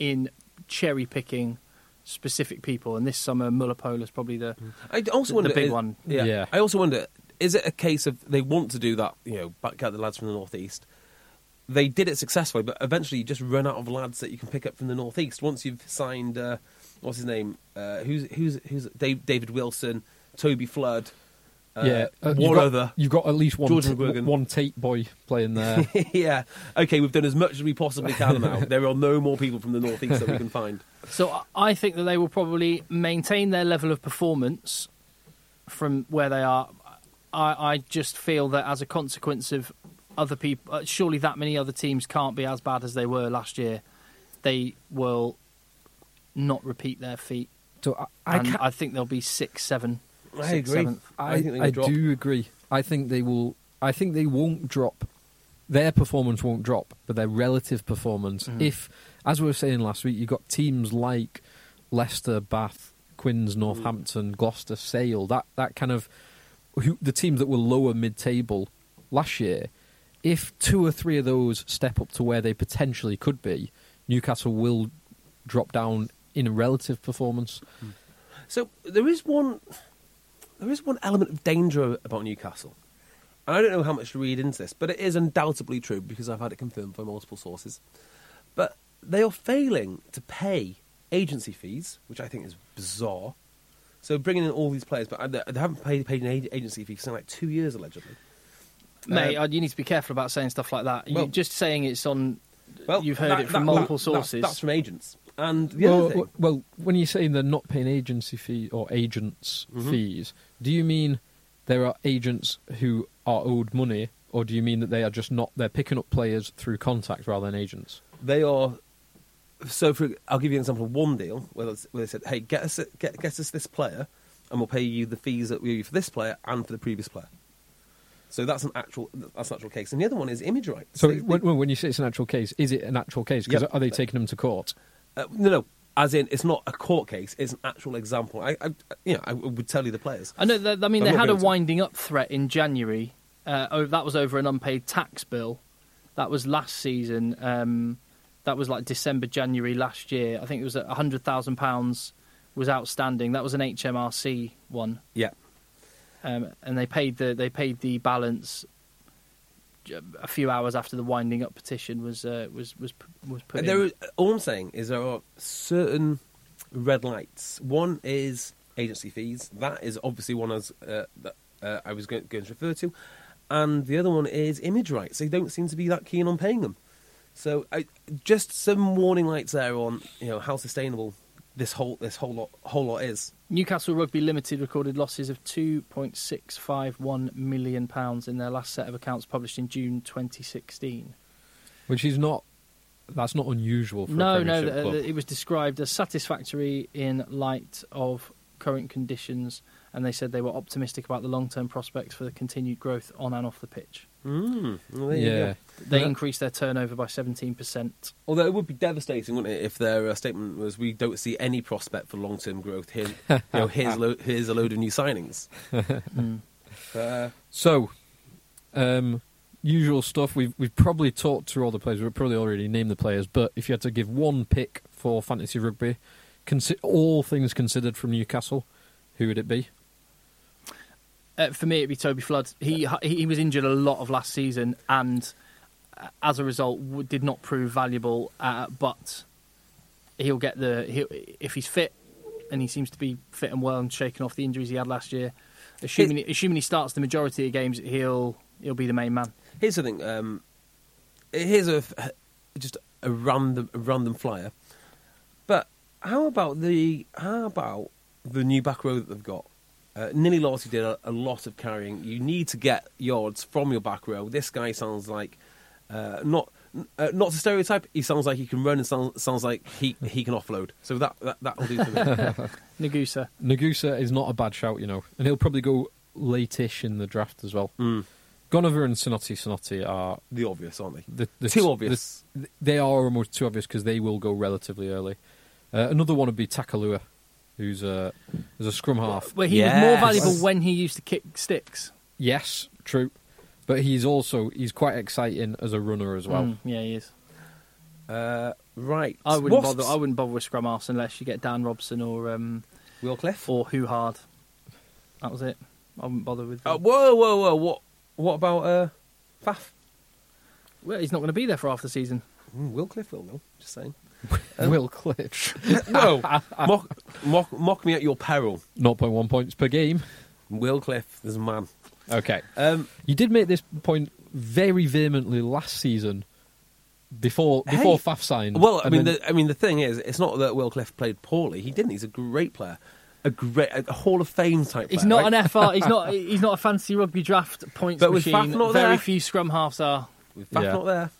C: in cherry picking specific people, and this summer Mullapola is probably the
B: I d- also
C: The-
B: wonder
C: the big
B: is-
C: one.
B: Yeah,
D: Yeah.
B: I also wonder: is it a case of they want to do that? You know, back out the lads from the northeast. They did it successfully, but eventually you just run out of lads that you can pick up from the northeast. Once you've signed, uh, what's his name? Uh, who's who's who's Dave, David Wilson, Toby Flood. Uh,
D: yeah. Uh,
B: one
D: you've got,
B: other.
D: You've got at least one,
B: George
D: t-
B: McGuigan.
D: one tape boy playing there.
B: yeah. Okay, we've done as much as we possibly can now. There are no more people from the northeast that we can find.
C: So I- I think that they will probably maintain their level of performance from where they are. I, I just feel that as a consequence of other people, uh, surely that many other teams can't be as bad as they were last year. They will not repeat their feat,
D: so I, I
C: and
D: can't-
C: I, think they'll be six, seven,
B: I
C: six,
B: agree.
C: seventh.
D: I,
B: I think they
D: I
B: drop.
D: do agree. I think they will. I think they won't drop. Their performance won't drop, but their relative performance.
B: Mm-hmm.
D: If, as we were saying last week, you've got teams like Leicester, Bath, Quinns,
B: Mm-hmm.
D: Northampton, Gloucester, Sale. That that kind of who, the teams that were lower mid-table last year. If two or three of those step up to where they potentially could be, Newcastle will drop down in relative performance.
B: So there is one, there is one element of danger about Newcastle, and I don't know how much to read into this, but it is undoubtedly true because I've had it confirmed by multiple sources. But they are failing to pay agency fees, which I think is bizarre. So bringing in all these players, but they they haven't paid, paid an ag- agency fee for something like two years allegedly.
C: Mate,
B: Um,
C: uh, you need to be careful about saying stuff like that.
B: Well-
C: you just saying it's on.
B: Well,
C: you've heard
B: that-
C: it from
B: that-
C: multiple
B: that- that's-
C: sources.
B: That's, from agents. And the
D: well,
B: other thing,
D: w- well, when you're saying they're not paying agency fee or agents
B: Mm-hmm.
D: fees, do you mean there are agents who are owed money, or do you mean that they are just not? They're picking up players through contact rather than agents.
B: they are. So, for I'll give you an example of one deal where, they s- where they said, "Hey, get us get, get us this player, and we'll pay you the fees that we owe you for this player and for the previous player." So that's an actual that's an actual case, and the other one is image rights.
D: So
B: They-
D: when, when you say it's an actual case, is it an actual case? Because
B: Yep.
D: are they taking them to court?
B: uh, no, no, as in it's not a court case; it's an actual example. I, I you know, I would tell you the players.
C: I know. That, I mean,
B: I'm
C: they
B: not
C: had a
B: going to.
C: winding up threat in January. Uh, oh, that was over an unpaid tax bill. That was last season. Um, that was like December, January last year. I think it was hundred thousand pounds was outstanding. That was an HMRC one,
B: Yeah,
C: um, and they paid the they paid the balance j- a few hours after the winding up petition was uh, was was p- was put.
B: There
C: in.
B: is- all I'm saying is there are certain red lights. One is agency fees. That is obviously one as uh, that, uh, I was going, going to refer to, and the other one is image rights. They don't seem to be that keen on paying them. So I, just some warning lights there on you know how sustainable this whole this whole lot whole lot is.
C: Newcastle Rugby Limited recorded losses of £2.651 million pounds in their last set of accounts published in June 2016.
D: which is not. That's not unusual for a
C: No, no,
D: Premiership
C: th-
D: club.
C: th- it was described as satisfactory in light of current conditions, and they said they were optimistic about the long term prospects for the continued growth on and off the pitch.
B: Mm, well, there you
D: yeah,
B: go.
C: They
B: Yeah.
C: increased their turnover by 17%.
B: Although it would be devastating, wouldn't it, if their uh, statement was, "We don't see any prospect for long-term growth here. You know, here's, lo- here's a load of new signings." Uh,
D: So, um, usual stuff. We've we've probably talked through all the players. We've probably already named the players. But if you had to give one pick for fantasy rugby, consi- all things considered from Newcastle, who would it be?
C: Uh, for me, it'd be Toby Flood. He he was injured a lot of last season, and uh, as a result, w- did not prove valuable. Uh, but he'll get the he if he's fit, and he seems to be fit and well and shaking off the injuries he had last year. Assuming he, assuming he starts the majority of games, he'll he'll be the main man.
B: here's the thing. Um, here's a f- just a random a random flyer. But how about the how about the new back row that they've got? Uh, Nilly Lawsey did a, a lot of carrying. You need to get yards from your back row. This guy sounds like uh, not. Uh, not to stereotype, he sounds like he can run and sounds, sounds like he, he can offload. So that, that, that'll do for me.
C: Nagusa.
D: Nagusa is not a bad shout, you know, and he'll probably go late-ish in the draft as well.
B: Hmm.
D: Gonover and Sonotti Sonotti are
B: the obvious, aren't they?
D: the, the
B: Too obvious.
D: the- they are almost too obvious because they will go relatively early. Uh, another one would be Takalua, who's a who's a scrum half.
C: Well, he was more
B: Yes.
C: valuable when he used to kick sticks.
D: Yes, true, but he's also he's quite exciting as a runner as well.
C: Mm, yeah, he is.
B: Uh, right.
C: I wouldn't
B: Wasps.
C: bother. I wouldn't bother with scrum halves unless you get Dan Robson or um,
B: Will Cliff?
C: or Who Hard. That was it. I wouldn't bother with.
B: Uh, whoa, whoa, whoa. What, what about uh, Faf?
C: Well, he's not going to be there for half the season.
B: Mm, Will Cliff will, though. Just saying. Mm.
D: Will Clitch,
B: Whoa! mock, mock, mock me at your peril.
D: 0.1 points per game.
B: Will Cliff, there's a man.
D: Okay,
B: Um,
D: you did make this point very vehemently last season. Before before
B: Hey.
D: Faf signed,
B: Mm. well, I
D: and
B: mean,
D: then-
B: the, I mean, the thing is, it's not that Will Cliff played poorly. He didn't. He's a great player, a great, a Hall of Fame type.
C: He's
B: player,
C: not
B: right?
C: an FR. He's not. He's not a fancy rugby draft points
B: But with
C: machine.
B: Faf not
C: Very
B: there-
C: few scrum halves are.
B: With Faf
D: Yeah.
B: not there.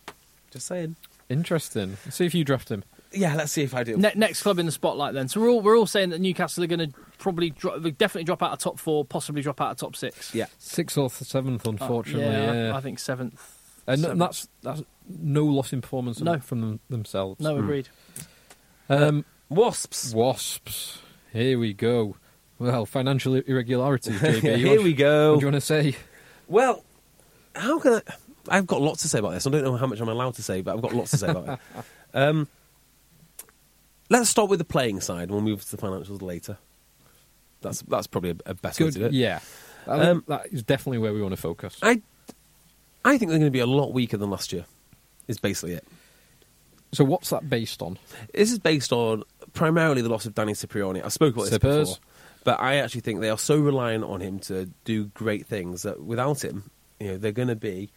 B: Just saying.
D: interesting. See if you draft him.
B: Yeah, let's see if I do.
C: Ne- next club in the spotlight. Then, so we're all we're all saying that Newcastle are going to probably dro- they definitely drop out of top four, possibly drop out of top six.
B: yeah.
D: Sixth or seventh,
B: Oh,
C: Uh,
D: unfortunately.
C: yeah, I-
D: yeah.
C: I, think seventh.
D: And
C: Seven.
D: that's that's no loss in performance
C: No.
D: from them, themselves.
B: Hmm.
C: No, agreed.
D: Um,
B: Wasps.
D: wasps. Here we go. Well, financial irregularities, JB.
B: Yeah,
D: What
B: here
D: do-
B: we go.
D: What do you want to say?
B: Well, how can I? I've got lots to say about this. I don't know how much I'm allowed to say, but I've got lots to say about it. Um, let's start with the playing side. We'll move to the financials later. That's that's probably a, a better way to do it.
D: Yeah. I think
B: Um,
D: that is definitely where we want to focus.
B: I I think they're going to be a lot weaker than last year. Is basically it.
D: so, what's that based on?
B: This is based on primarily the loss of Danny Cipriani. I spoke about this
D: Cippers.
B: before, but I actually think they are so reliant on him to do great things that without him, you know, they're going to be,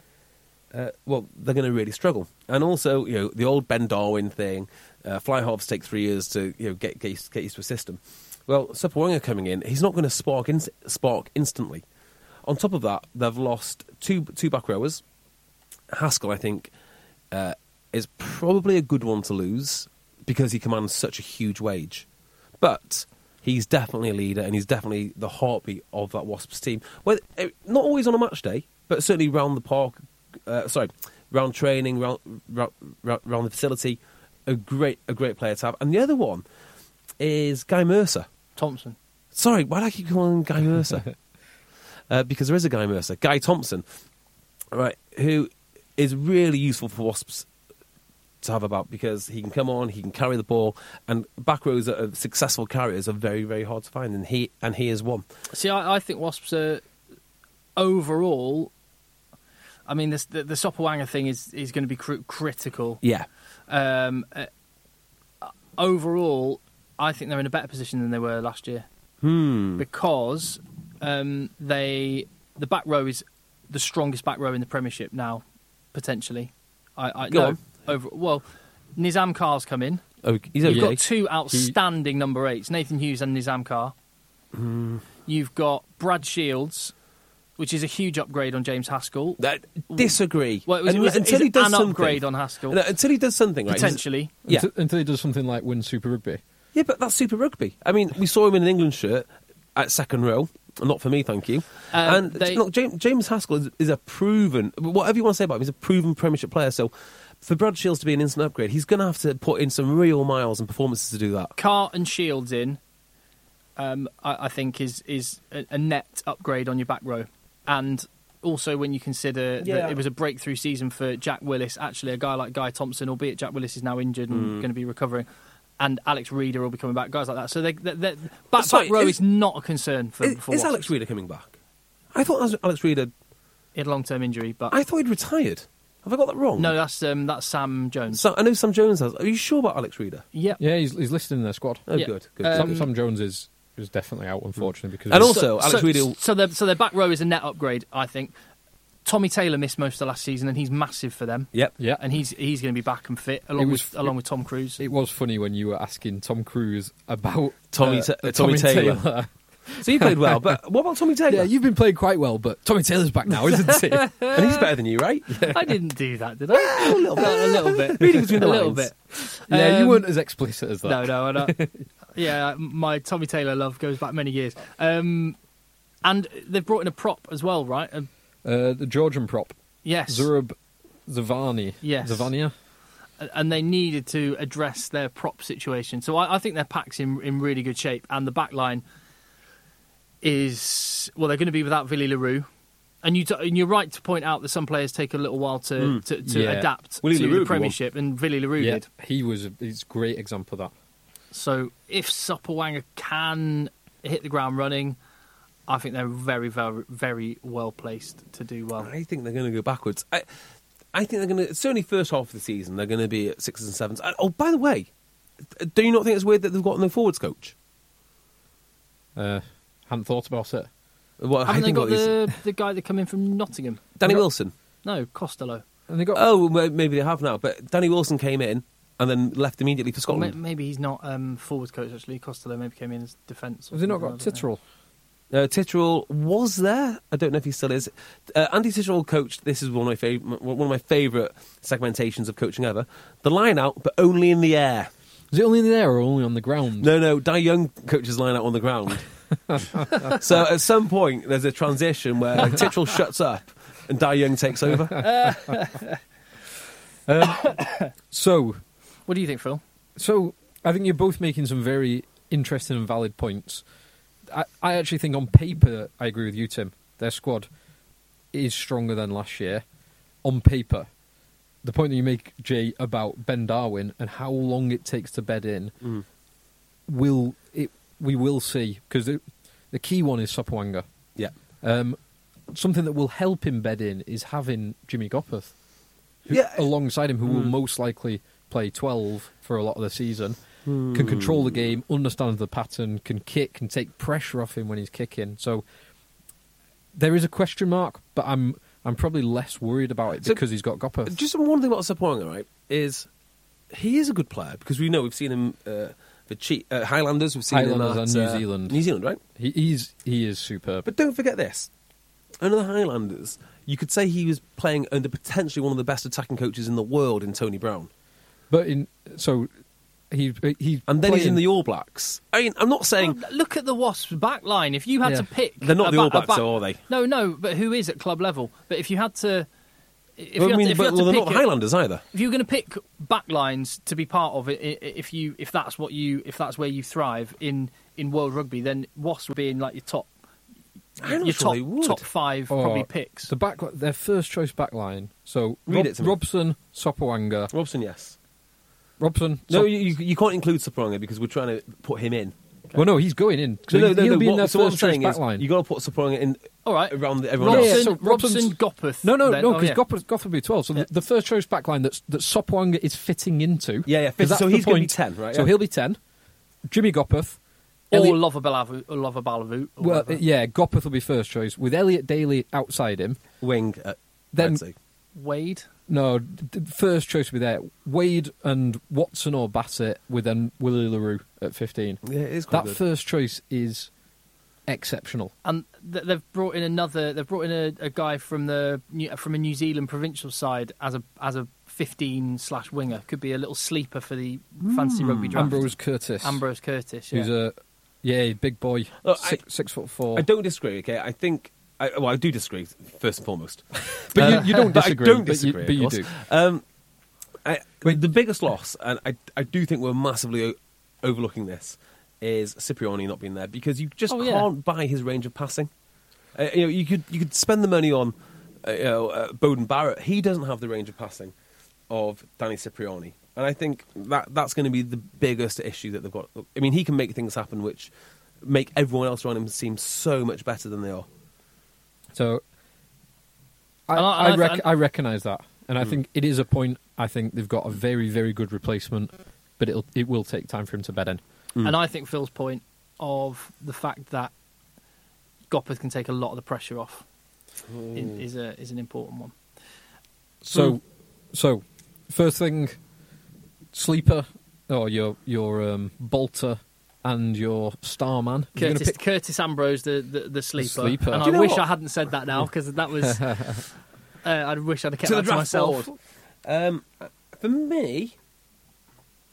B: uh, well, they're going to really struggle. And also, you know, the old Ben Darwin thing, uh, fly halves take three years to you know get get used, get used to a system. Well, Sepawanga coming in, he's not going to spark in, spark instantly. On top of that, they've lost two two back rowers. Haskell, I think, uh, is probably a good one to lose because he commands such a huge wage. But he's definitely a leader and he's definitely the heartbeat of that Wasps team. Well, eh, not always on a match day, but certainly round the park, uh, sorry, round training, round, round, round round the facility. A great, a great player to have. And the other one is Guy Mercer.
C: Thompson.
B: Sorry, why do I keep calling him Guy Mercer? uh, because there is a Guy Mercer, Guy Thompson, right, who is really useful for Wasps to have about because he can come on, he can carry the ball, and back rows of successful carriers are very, very hard to find, and he and he is one.
C: See, I, I think Wasps are overall. I mean, this, the, the Sopawanga thing is, is going to be cr- critical.
B: Yeah,
C: Um, uh, overall, I think they're in a better position than they were last year
B: Hmm.
C: because um, they the back row is the strongest back row in the Premiership now, potentially. I, I
B: Go
C: no,
B: on.
C: over. Well, Nizam Carr's come in.
B: Oh, he's
C: You've
B: okay.
C: got two outstanding number eights: Nathan Hughes and Nizam Carr.
B: Hmm.
C: You've got Brad Shields, which is a huge upgrade on James Haskell.
B: That- Uh, disagree.
C: Well, it was,
B: Un-
C: it was-
B: until
C: it's
B: he does
C: an
B: something.
C: upgrade on Haskell.
B: No, until he does something, right? he's-
C: potentially.
B: Yeah.
D: Until, until he does something like win Super Rugby.
B: Yeah, but that's Super Rugby. I mean, we saw him in an England shirt at second row. Not for me, thank you.
C: Um,
B: and
C: they-
B: look, James, James Haskell is, is a proven, whatever you want to say about him, he's a proven Premiership player. So for Brad Shields to be an instant upgrade, he's going to have to put in some real miles and performances to do that.
C: Carr and Shields in, um, I, I think is is a, a net upgrade on your back row, and also when you consider
B: Yeah.
C: that it was a breakthrough season for Jack Willis. Actually, a guy like Guy Thompson, albeit Jack Willis is now injured and going to be recovering. And Alex Reader will be coming back, guys like that. So they, they, they, back,
B: Sorry,
C: back row
B: is-
C: is, not a concern for.
B: Is,
C: for
B: is
C: Wasps.
B: Alex Reader coming back? I thought that was Alex Reader.
C: He had a long-term injury, but
B: I thought he'd retired. Have I got that wrong?
C: no, that's um, that's Sam Jones.
B: So, I know Sam Jones has. Are you sure about Alex Reader?
C: Yeah,
D: Yeah, he's, he's listed in their squad.
B: Oh,
C: Yeah. Uh,
B: good. good.
D: Sam,
B: good.
D: Sam Jones is is definitely out, unfortunately, because
B: And
D: of-
B: also- Alex
C: so,
B: Reedy-
C: So their so their back row is a net upgrade, I think. Tommy Taylor missed most of last season, and he's massive for them.
B: Yep.
D: yeah,
C: and he's he's going to be back and fit along
D: was-
C: with along with Tom Cruise.
D: it was funny when you were asking Tom Cruise about
B: Tommy
D: uh,
B: Ta-
D: Tommy,
B: Tommy Taylor.
D: Taylor.
B: So you played well, but what about Tommy Taylor?
D: yeah, you've been playing quite well, but Tommy Taylor's back now, isn't he?
B: and he's better than you, right?
C: I didn't do that, did I? a little bit, a little bit,
B: Reading between the
C: a little
B: lines.
C: bit.
D: yeah, you
C: Um,
D: weren't as explicit as that.
C: No, no, I don't. yeah, my Tommy Taylor love goes back many years. Um, and they've brought in a prop as well, right? Um,
D: Uh, the Georgian prop,
C: yes,
D: Zurab Zavani.
C: Yes.
D: Zavania.
C: and they needed to address their prop situation. So I, I think their pack's in in really good shape, and the back line is well, they're going to be without Villy Larue. And, you t- and you're right to point out that some players take a little while to,
B: Hmm.
C: to, to
D: Yeah.
C: adapt
B: Willy
C: to
B: LaRue would
C: the
B: want-
C: Premiership, and Villy Larue
D: Yeah,
C: did.
D: he was a, he's a great example of that.
C: So if Supperwanger can hit the ground running, I think they're very, very, very well placed to do well.
B: I think they're going to go backwards. I, I think they're going to certainly first half of the season they're going to be at sixes and sevens. And- oh, by the way, th- do you not think it's weird that they've got no forwards coach?
D: Uh, hadn't thought about it.
B: Well,
C: Haven't they
B: think
C: got
B: these-
C: the, the guy that come in from Nottingham?
B: Danny Wilson.
C: No, Costello.
D: And they got
B: Oh, well, ma- maybe they have now. But Danny Wilson came in and then left immediately for
C: Or may-
B: Scotland.
C: Maybe he's not um, forward coach actually. Costello maybe came in as defence. or
D: Have they not
C: something,
D: got
C: I don't know.
D: Titterell?
B: Uh, Titterell was there. I don't know if he still is. Uh, Andy Titterell coached. This is one of my favorite, one of my favorite segmentations of coaching ever. The line out, but only in the air.
D: Is it only in the air or only on the ground?
B: No, no, Dai Young coaches line out on the ground. so at some point, there's a transition where Titchell shuts up and Dai Young takes over.
D: So,
C: What do you think, Phil?
D: so I think you're both making some very interesting and valid points. I, I actually think on paper, I agree with you, Tim. Their squad is stronger than last year. On paper, the point that you make, Jay, about Ben Darwin and how long it takes to bed in, will it? We will see because the, the key one is Sopawanga.
B: yeah.
D: Um, something that will help him bed in is having Jimmy Gopeth who,
B: Yeah.
D: alongside him, who will
B: Hmm.
D: most likely play 12 for a lot of the season,
B: Hmm.
D: can control the game, understands the pattern, can kick, can take pressure off him when he's kicking. So there is a question mark, but I'm I'm probably less worried about it
B: So-
D: because he's got Gopeth.
B: Just one thing about Saponga, right, is he is a good player because we know we've seen him uh, for Chi- uh, Highlanders, we've seen
D: Highlanders
B: him
D: and
B: at, uh,
D: New Zealand.
B: New Zealand, right?
D: he, he's he is superb.
B: But don't forget this. Under the Highlanders, you could say he was playing under potentially one of the best attacking coaches in the world in Tony Brown.
D: But in so he he
B: And then he's in
D: playing-
B: the All Blacks. I mean, I'm not saying
C: Well, look at the Wasps' back line. If you had
D: Yeah.
C: to pick,
B: They're not
C: a
B: the
C: ba-
B: All
C: a
B: Blacks,
C: back-
B: though, are they?
C: No, no. But who is at club level? But if you had to, if
B: Well,
C: you had
B: I mean,
C: to, if you
B: but
C: had
B: well,
C: to
B: they're
C: pick
B: not the
C: it-
B: Highlanders either.
C: if you're going to pick back lines to be part of it, i- i- if you if that's what you if that's where you thrive in in world rugby, then Wasps would be in like your top.
B: I'm not
C: your
B: sure
C: top,
B: they would.
C: top five
D: or
C: probably picks.
D: the back their first choice back line. So
B: Read
D: Rob,
B: it to me.
D: Robson, Sopawanga,
B: Robson, yes.
D: Robson.
B: No,
D: Sop-
B: you, you you can't include Sapronga because we're trying to put him in.
D: Well, no, he's going in. So he'll be in their
B: so what I'm
D: first choice
B: saying
D: back
B: is
D: line.
B: you got to put Sapronga in
C: All right.
B: around the, everyone
C: Robson,
D: Yeah,
B: else.
D: so
C: Robson,
D: Robson's-
C: Gopeth.
D: No, no,
C: then-
D: no,
C: oh,
D: because
C: yeah.
D: Goff, Goff would be 12. So the, the first choice back line that's, that Sopwanga is fitting into.
B: Yeah, yeah,
D: 'cause
B: so
D: that's the
B: he's gonna be
D: point.
B: 10, right,
D: So
B: yeah.
D: he'll be 10. Jimmy Gopeth.
C: or
D: Elliot-
C: Lava Balavu, or Lava Balavu, or
D: well,
C: whatever.
D: yeah, Gopeth will be first choice, with Elliot Daly outside him.
B: Wing, uh,
D: Then
B: I'd say.
C: Wade.
D: No, the first choice would be there. Wade and Watson or Bassett with then Willie LaRue at 15.
B: Yeah, it is
D: That first choice is exceptional.
C: and th- they've brought in another. They've brought in a, a guy from the New- from a New Zealand provincial side as a as a fifteen slash winger. Could be a little sleeper for the fancy rugby draft.
D: Hmm. Ambrose Curtis.
C: Ambrose Curtis. Yeah.
D: Who's a, yeah, big boy,
B: Look, I-
D: six, six foot four.
B: I don't disagree. Okay, I think. I, well, I do disagree first and foremost,
D: But
B: Uh,
D: you, you don't
B: but
D: disagree.
B: I don't
D: but you-
B: disagree,
D: but you,
B: of
D: do.
B: course. Um, I, the biggest loss, and I, I do think we're massively o- overlooking this, is Cipriani not being there because you just
C: Oh, yeah.
B: can't buy his range of passing. Uh, you know, you could you could spend the money on uh, you know, uh, Bowden Barrett. He doesn't have the range of passing of Danny Cipriani, and I think that that's going to be the biggest issue that they've got. I mean, he can make things happen, which make everyone else around him seem so much better than they are.
D: So I,
C: And I-
D: I,
C: and I-
D: rec- I recognise that, and I think it is a point. I think they've got a very, very good replacement, but it'll it will take time for him to bed in.
C: And I think Phil's point of the fact that Gopper can take a lot of the pressure off i-
D: Hmm.
C: is a is an important one.
D: So, so first thing, sleeper or your your um, bolter and your starman. You're gonna
C: Curtis,
D: pick-
C: Curtis Ambrose, the, the, the sleeper.
D: sleeper.
C: And
D: Do
C: I
D: you know
C: wish
B: what?
C: I hadn't said that now because that was. uh, I wish I'd have kept
B: to the
C: that to
B: draft
C: myself.
B: board. Um, for me,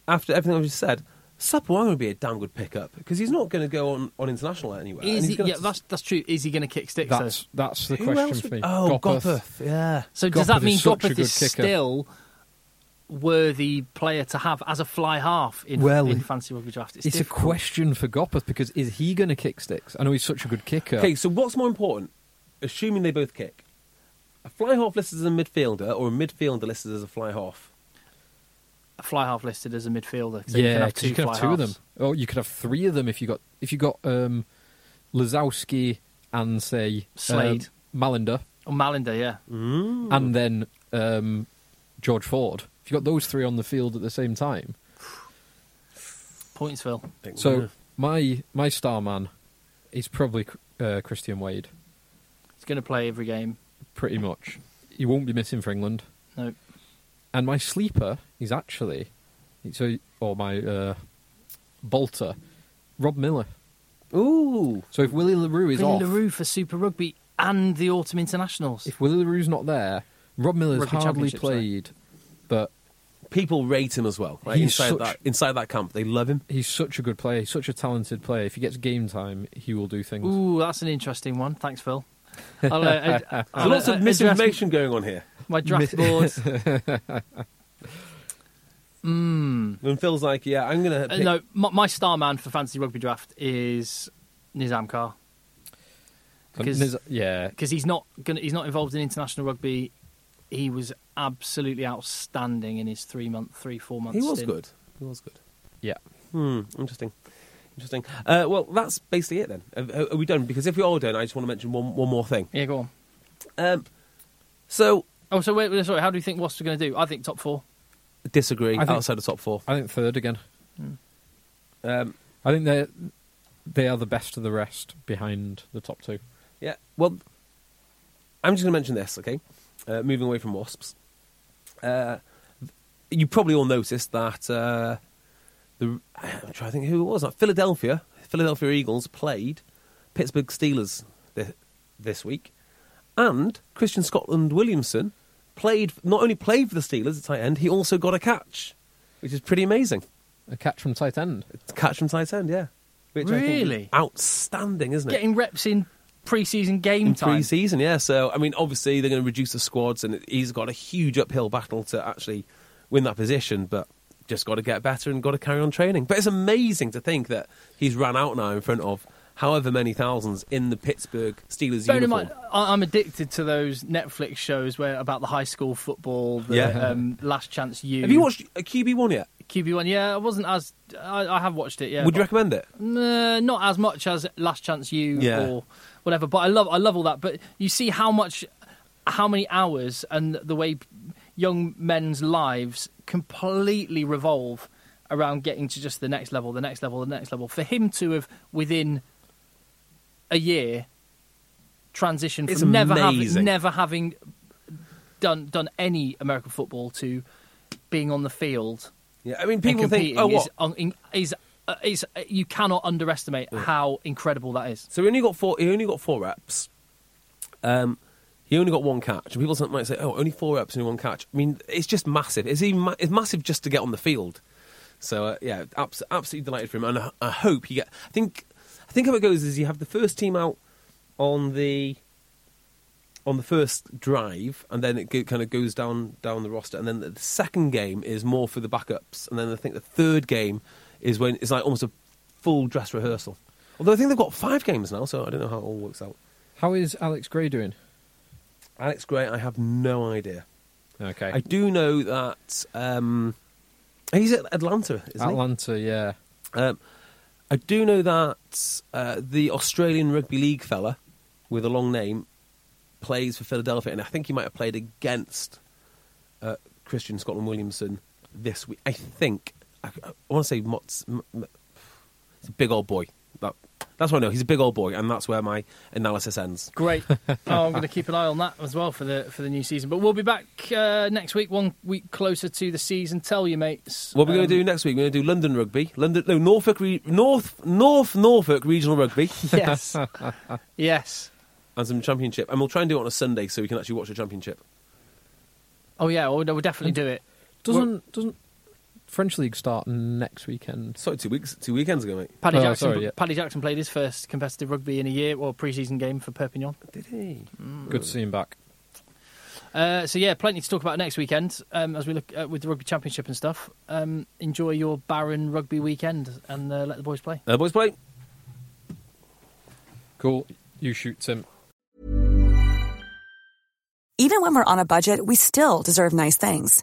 B: after everything I've just said, Sapuanga would be a damn good pickup because he's not going to go on, on international anywhere. and
C: Is
B: he's
C: he,
B: gonna-
C: yeah, that's that's true. Is he going to kick sticks? though?
D: That's that's the
B: Who
D: question
B: else
D: for
B: would-
D: me.
B: Oh,
D: Gopeth.
B: Gopeth, yeah.
C: So does
D: Gopeth
C: that mean
D: is such a
C: Gopeth
D: good
C: is
D: kicker.
C: still worthy player to have as a fly half in,
D: Well,
C: in fancy rugby draft? It's,
D: It's a
C: difficult.
D: question for Gopeth because is he going to kick sticks? I know he's such a good kicker.
B: Okay, so what's more important? Assuming they both kick, a fly half listed as a midfielder or a midfielder listed as a fly half.
C: a fly half listed as a midfielder. So you can
D: yeah,
C: have
D: 'cause
C: two,
D: you can have
C: fly
D: two of them.
C: halves.
D: Oh, you could have three of them if you got if you got um, Lazowski and say
C: Slade.
D: um, Malander,
C: Or Malinder, Oh, yeah.
D: Mm. and then um, George Ford. If you got those three on the field at the same time,
C: Pointsville.
D: so my my star man is probably uh, Christian Wade,
C: He's going to play every game.
D: pretty much. He won't be missing for England.
C: No,
D: And my sleeper is actually, so or my uh, bolter, Rob Miller.
B: ooh,
D: So if Willie Larue is
C: Vinny
D: off,
C: LaRue for Super Rugby and the Autumn Internationals.
D: if Willie LaRue's not there, Rob Miller's
C: Rugby
D: hardly
C: Championship,
D: played, but
B: people rate him as well. Right?
D: He's
B: Inside
D: such-
B: that inside that camp, they love him.
D: he's such a good player, he's such a talented player. If he gets game time, he will do things.
C: Ooh, that's an interesting one. Thanks, Phil. I'll, uh, ad-
B: There's
C: I'll,
B: lots
C: uh,
B: of
C: address
B: misinformation going on here.
C: My draft board.
B: And Phil's like, yeah, I'm going to.
C: Hmm. Uh, no, my, my star man for fantasy rugby draft is Nizam Kar
D: And
C: because-
D: there's- yeah,
C: because he's not gonna, he's not involved in international rugby. He was absolutely outstanding in his three month, three four month.
B: he was
C: stint.
B: good. He was good.
D: yeah.
B: Hmm, interesting. Interesting. Uh, well, that's basically it then. Uh, Are, are we done? Because if we are done, I just want to mention one, one more thing.
C: Yeah, go on.
B: Um, so,
C: Oh, so wait, wait, sorry. How do you think Wasps are going to do? I think top four.
B: disagree
D: I think-
B: outside the top four.
D: I think third again.
C: Hmm.
B: Um,
D: I think they they are the best of the rest behind the top two.
B: yeah, well, I'm just going to mention this, okay? Uh, moving away from Wasps. Uh, you probably all noticed that uh, the. I'm trying to think who it was. Philadelphia, Philadelphia Eagles played Pittsburgh Steelers this, this week. And Christian Scotland Williamson played not only played for the Steelers at tight end, he also got a catch, which is pretty amazing.
D: A catch from tight end.
B: It's a catch from tight end, yeah. Which I think is
C: Really?
B: outstanding, isn't it?
C: Getting reps in preseason game
B: in
C: time.
B: pre-season, yeah. So I mean, obviously they're going to reduce the squads, and he's got a huge uphill battle to actually win that position. But just got to get better and got to carry on training. But it's amazing to think that he's ran out now in front of however many thousands in the Pittsburgh Steelers
C: Bear in
B: uniform.
C: mind, I- I'm addicted to those Netflix shows where about the high school football, the
B: Yeah.
C: um, Last Chance U.
B: Have you watched a QB one yet?
C: QB One? Yeah, I wasn't as I, I have watched it. Yeah,
B: Would
C: but-
B: you recommend it?
C: Nah, not as much as Last Chance You
B: Yeah.
C: or whatever. But I love I love all that. But you see how much, how many hours, and the way p- young men's lives completely revolve around getting to just the next level, the next level, the next level. For him to have within a year transitioned
B: It's
C: from never having
B: amazing.
C: never having done done any American football to being on the field
B: Yeah, I mean,
C: and
B: people think,
C: competing
B: oh, what?
C: is, un- in- is, uh, is uh, you cannot underestimate how incredible that is.
B: So he only got four. He only got four reps. Um, he only got one catch. And people some- might say, "Oh, only four reps, only one catch." I mean, it's just massive. It's even ma- it's massive just to get on the field. So uh, yeah, abs- absolutely delighted for him, and I, I hope you get. I think I think how it goes is you have the first team out on the on the first drive, and then it go, kind of goes down down the roster, and then the second game is more for the backups, and then I think the third game is when it's like almost a full dress rehearsal. Although I think they've got five games now, so I don't know how it all works out.
D: How is Alex Gray doing?
B: Alex Gray, I have no idea.
D: Okay.
B: I do know that um, he's at Atlanta, isn't he?
D: Atlanta, yeah.
B: Um, I do know that uh, the Australian rugby league fella with a long name plays for Philadelphia, and I think he might have played against uh, Christian Scotland Williamson this week. I think I, I want to say Mott's. M- M- He's a big old boy. That, that's what I know. He's a big old boy, and that's where my analysis ends.
C: Great. oh, I'm going to keep an eye on that as well for the for the new season. But we'll be back uh, next week, one week closer to the season. Tell you mates.
B: What we're going
C: Um,
B: to do next week? We're going to do London rugby, London, no Norfolk, re, North North Norfolk regional rugby,
C: Yes. yes.
B: and some championship, and we'll try and do it on a Sunday so we can actually watch the championship.
C: Oh yeah. We'll, we'll definitely do it.
D: Doesn't doesn't French league start next weekend?
B: Sorry, two weeks, two weekends ago, mate.
C: Paddy
D: Oh,
C: Jackson.
D: sorry, yeah.
C: Paddy Jackson played his first competitive rugby in a year or preseason game for Perpignan.
B: Did he?
D: Good to see him back.
C: Uh, so yeah, plenty to talk about next weekend um, as we look uh, with the rugby championship and stuff. Um, enjoy your barren rugby weekend and uh, let the boys play.
B: Uh, boys, play.
D: Cool. You shoot Tim.
A: Even when we're on a budget, we still deserve nice things.